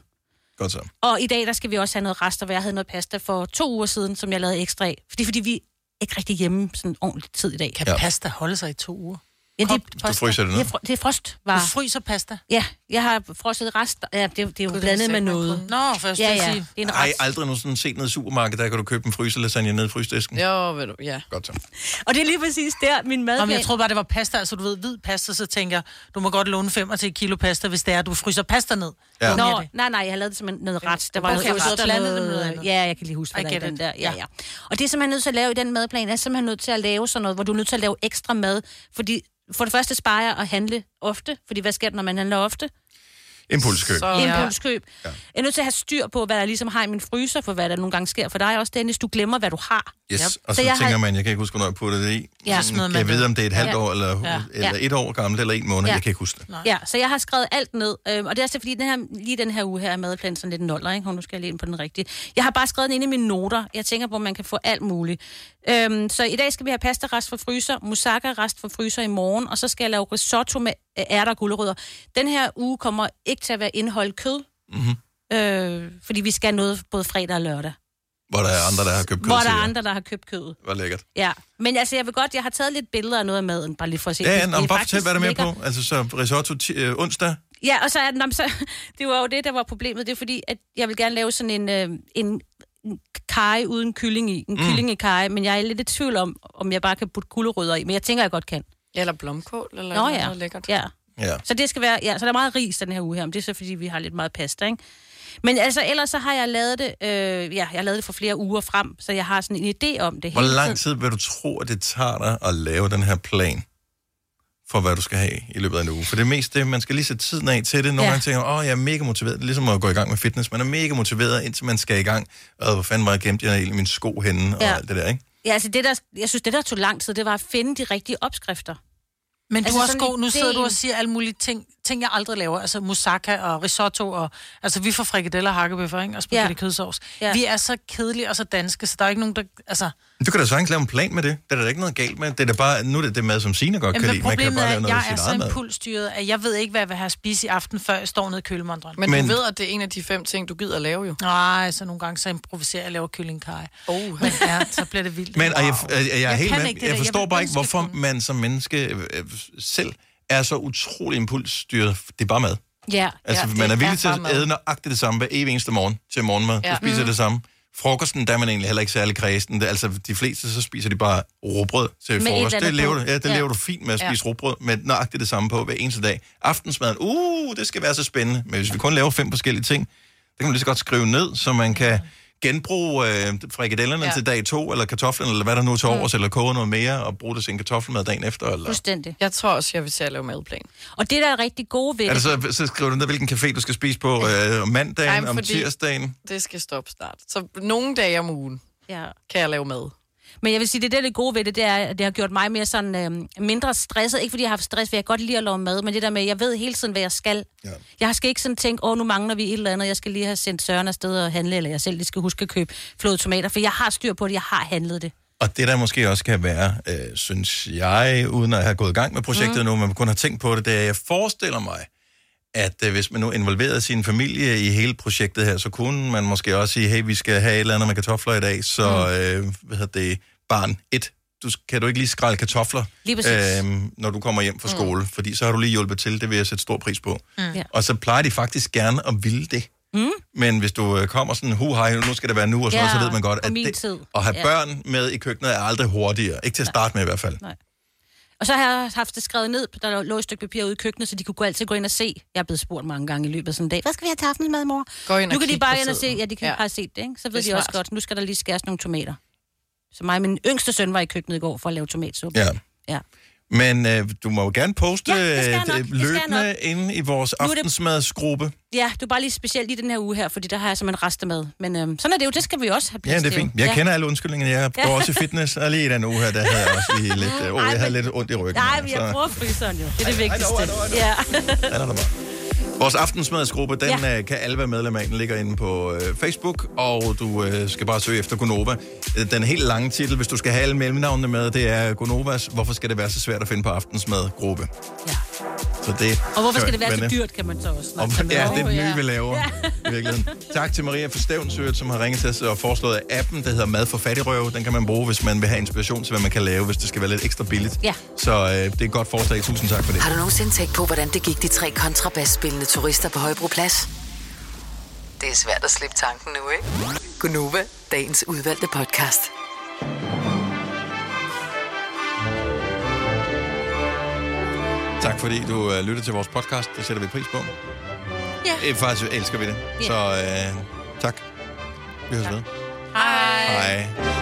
Godt så.
Og i dag, der skal vi også have noget rester, hvor jeg havde noget pasta for to uger siden, som jeg lavede ekstra af. Fordi, fordi vi er ikke rigtig hjemme sådan ordentlig tid i dag. Kan
Ja.
pasta holde sig i to uger?
Ja, det,
Du fryser det ned.
Det er, fro- det er frost. Var.
Du fryser pasta?
Ja, jeg har frosset rest. Ja, det, det er jo blandet med noget.
Nå, først
ja,
vil jeg
ja.
sige.
Det er en
Ej,
rest.
aldrig nu sådan set ned i supermarkedet, der kan du købe en fryselasagne ned i frysedisken.
Jo, ved du, ja.
Godt så.
Og det er lige præcis der, min madplan...
Nå, men jeg troede bare, det var pasta, altså du ved, hvid pasta, så tænker jeg, du må godt låne 5 til et kilo pasta, hvis det er, at du fryser pasta ned.
Ja.
Låner jeg
Nå,
det.
nej, nej, jeg lavede det som en- noget ret. Der var
Okay,
noget
ret.
ost og
Blandede det med noget andet.
Ja, jeg kan lige huske, hvad
I
der er i
get
den
it.
der. Ja,
Ja.
ja. Og det, som man er nødt til at lave i den madplan, er simpelthen nødt til at lave sådan noget, hvor du er nødt til at lave ekstra mad. Fordi for det første sparer jeg at handle ofte. Fordi hvad sker der, når man handler ofte?
Impulskøb.
Så, ja. Impulskøb. Ja. Jeg er nødt til at have styr på, hvad der ligesom har i min fryser, for hvad der nogle gange sker for dig også, Dennis. Du glemmer, hvad du har.
Yes,
Ja.
og så, så
jeg
tænker
har-
man, jeg kan ikke huske, hvornår jeg puttede det i.
Ja.
Mm,
Smider man
kan jeg
det ud.
vide, om det er et halvt
Ja.
år, eller,
Ja.
eller et år gammelt, eller en måned, jeg kan ikke huske det.
Ja, så jeg har skrevet alt ned. Øhm, og det er også fordi, den her, lige den her uge her er madplanen sådan lidt noller, ikke? Hov, nu skal jeg lige ind på den rigtige. Jeg har bare skrevet den ind i mine noter. Jeg tænker på, at man kan få alt muligt. Øhm, så i dag skal vi have pastarest fra fryser, moussaka-rest fra fryser i morgen, og så skal jeg lave risotto med øh, ærter og gulerødder. Den her uge kommer ikke til at være indholdt kød,
Mm-hmm.
øh, fordi vi skal have noget både fredag og lørdag.
Hvor der er andre, der har købt kød
hvor der
til
er
jer.
andre, der har købt kødet.
Hvor lækkert.
Ja, men altså, jeg vil godt, jeg har taget lidt billeder af noget af maden, bare lige for at se.
Ja,
Det-
ja,
det
nå,
er
men bare
faktisk
fortæl, hvad der er med
lækkert.
på. Altså, så risotto ti- øh, onsdag.
Ja, og så er den, jamen, så, det var jo det, der var problemet. Det er fordi, at jeg vil gerne lave sådan en, øh, en kaj uden kylling i. En
Mm.
mm. kylling i kaj, men jeg er lidt i tvivl om, om jeg bare kan putte gulerødder i. Men jeg tænker, jeg godt kan.
Eller blomkål, eller
Nå,
noget
ja.
andet lækkert.
Ja.
Ja.
Så det skal være, ja, så der er meget ris den her uge her, men det er så fordi, vi har lidt meget pasta, ikke? Men altså, ellers så har jeg lavet det, øh, ja, jeg har lavet det for flere uger frem, så jeg har sådan en idé om det
Hvor
hele
lang
tiden.
tid vil du tro, at det tager dig at lave den her plan for, hvad du skal have i løbet af en uge? For det er mest det, man skal lige sætte tiden af til det. Nogle ja.
Ja.
gange tænker man, åh, oh, jeg er mega motiveret. Det er ligesom at gå i gang med fitness. Man er mega motiveret, indtil man skal i gang. Og hvor fanden var jeg gemt, jeg egentlig mine sko henne og ja.
Ja.
alt det der, ikke?
Ja, altså det der, jeg synes, det der tog lang tid, det var at finde de rigtige opskrifter.
Men altså,
Altså,
du er også
sådan
god. Nu sidder
ideen-
du og siger alle mulige ting, ting jeg aldrig laver. Altså moussaka og risotto. Og, altså vi får frikadeller og hakkebøffer, ikke? Og spaghetti ja. kødsovs. Ja. Vi er så kedelige og så danske, så der er ikke nogen, der... Altså,
Du kan da sagtens lave en plan med det. Det er der da ikke noget galt med. Det er da bare, nu er det det mad, som Signe godt
Jamen,
kan
men
lide. Man kan da
problemet
bare
er,
lave
at
noget af
jeg er
sit
så
eget mad.
impulsstyret, at jeg ved ikke, hvad jeg vil have at spise i aften, før jeg står nede i kølemondren.
Men du Men- ved,
at det er en af de fem ting, du gider at lave jo. Nej, så nogle gange så improviserer jeg og laver kyllingkage. Oh. Men ja, så bliver det vildt.
Men og jeg, jeg, jeg, jeg, er
Jeg
helt
kan
med,
ikke det
jeg
der. Jeg
forstår
vil
bare ikke,
ønske, jeg
hvorfor man som menneske øh, øh, selv er så utrolig impulsstyret. Det er bare mad.
Ja.
Altså,
ja,
ja, man er villig til at æde nøjagtigt det samme hver evig eneste morgen til morgenmad. Ja.
Ja.
Du spiser
Mm.
det samme. Frokosten, der er man egentlig heller ikke særlig kredsen. Det, altså, de fleste, så spiser de bare råbrød til
Med et
frokost.
eller andet
Det lever, du-
på.
ja, det
Ja.
lever du fint med at
Ja.
spise ja. råbrød med nøjagtigt det samme på hver eneste dag. Aftensmaden, uh, det skal være så spændende. Men hvis vi kun laver fem forskellige ting, det kan man lige så godt skrive ned, så man kan genbruge øh, frikadellerne ja.
Ja. Mm.
til dag to, eller kartoflerne, eller hvad der nu er til overs, eller koge noget mere, og bruge det til en kartoffelmad dagen efter. Eller...
Fuldstændig.
Jeg tror også, jeg vil til at lave madplan.
Og det, der er rigtig gode ved
Er det så, så skriver du ned, hvilken café du skal spise på øh, om mandagen,
men
om
fordi-
tirsdagen?
Det skal stoppe snart. Så nogle dage om ugen
ja.
kan jeg lave mad.
Men jeg vil sige, det der det gode ved det, det er, at det har gjort mig mere sådan, øh, mindre stresset. Ikke fordi jeg har haft stress, for jeg kan godt lide at lave mad, men det der med, at jeg ved hele tiden, hvad jeg skal. Ja. Jeg skal ikke sådan tænke, åh, nu mangler vi et eller andet, jeg skal lige have sendt Søren afsted og handle, eller jeg selv lige skal huske at købe flåede tomater, for jeg har styr på det, jeg har handlet det.
Og det, der måske også kan være, øh, synes jeg, uden at have gået i gang med projektet mm.
Mhm.
nu, men kun har tænkt på det, det er, at jeg forestiller mig, at øh, hvis man nu involverede sin familie i hele projektet her, så kunne man måske også sige, hey, vi skal have et eller andet med kartofler i dag, så mm. øh, hvad hedder det, barn 1, du, s- kan du ikke lige skrælle kartofler, øh,
Lige præcis.
når du kommer hjem fra skole, mm. fordi så har du lige hjulpet til, det vil jeg sætte stor pris på.
Mm. Ja.
Og så plejer de faktisk gerne at ville det.
Mm.
Men hvis du øh, kommer sådan, hu hej, nu skal det være nu, og sådan ja,
Ja,
noget, så ved man godt,
på
at
min
det,
tid.
at have ja.
Ja.
børn med i køkkenet er aldrig hurtigere. Ikke til at starte med i hvert fald.
Nej. Og så har jeg haft det skrevet ned, der lå et stykke papir ude i køkkenet, så de kunne gå altid gå ind og se. Jeg er blevet spurgt mange gange i løbet af sådan en dag, hvad skal vi have til aftensmad, mor?
Gå ind og
nu kan de
kig
bare
på
ind og se,
sedlen.
ja, de kan
Ja.
ja. bare se det, ikke? Så
Det er
ved de også
smart.
godt, nu skal der lige skæres nogle tomater. Så mig og min yngste søn var i køkkenet i går for at lave tomatsuppe.
Ja.
ja.
Men øh, du må jo gerne poste
Ja, det skal jeg
øh,
nok. Det skal jeg
løbende
nok.
inde i vores
Nu er det-
aftensmadsgruppe.
Ja, du er bare lige specielt i den her uge her, fordi der har jeg simpelthen restemad. Men øhm, sådan er det jo, det skal vi jo også have
Ja,
plads
det er
til, jo.
fint. Jeg ja. kender alle undskyldningerne. Jeg går
Ja.
også i fitness, og lige i den uge her, der havde jeg også lige lidt, øh, åh, jeg havde lidt ondt i ryggen. Altså.
Nej, men jeg
så-
bruger fryseren jo. Det er det
I know,
vigtigste.
I know, I know.
Ja.
Ja, der er der bare. Vores aftensmadsgruppe, den
Ja.
ja. kan alle være medlem af. Den ligger inde på øh, Facebook, og du øh, skal bare søge efter Gonova. Øh, Den helt lange titel, hvis du skal have alle mellemnavnene med, det er Gonovas Hvorfor skal det være så svært at finde på aftensmadgruppe?
Ja.
Så det,
Og hvorfor skal det være så
men, øh,
dyrt, kan man så også
Og,
snakke om.
ja, det er
Åh,
det nye, vi laver. I virkeligheden. Tak til Maria fra Stævnsøret, som har ringet til os og foreslået appen, der hedder Mad for Fattigrøve. Den kan man bruge, hvis man vil have inspiration til, hvad man kan lave, hvis det skal være lidt ekstra billigt.
Ja.
Så øh, det er et godt forslag. Tusind tak for det.
Har du nogensinde tænkt på, hvordan det gik de tre kontrabasspillende turister på Højbroplads? Det er svært at slippe tanken nu, ikke? Gunova, dagens udvalgte podcast.
Tak fordi du øh, lyttede til vores podcast. Det sætter vi pris på. Ja. Øh, faktisk elsker vi det.
Ja.
Så øh, tak. Vi høres ved.
Hej.
Hej.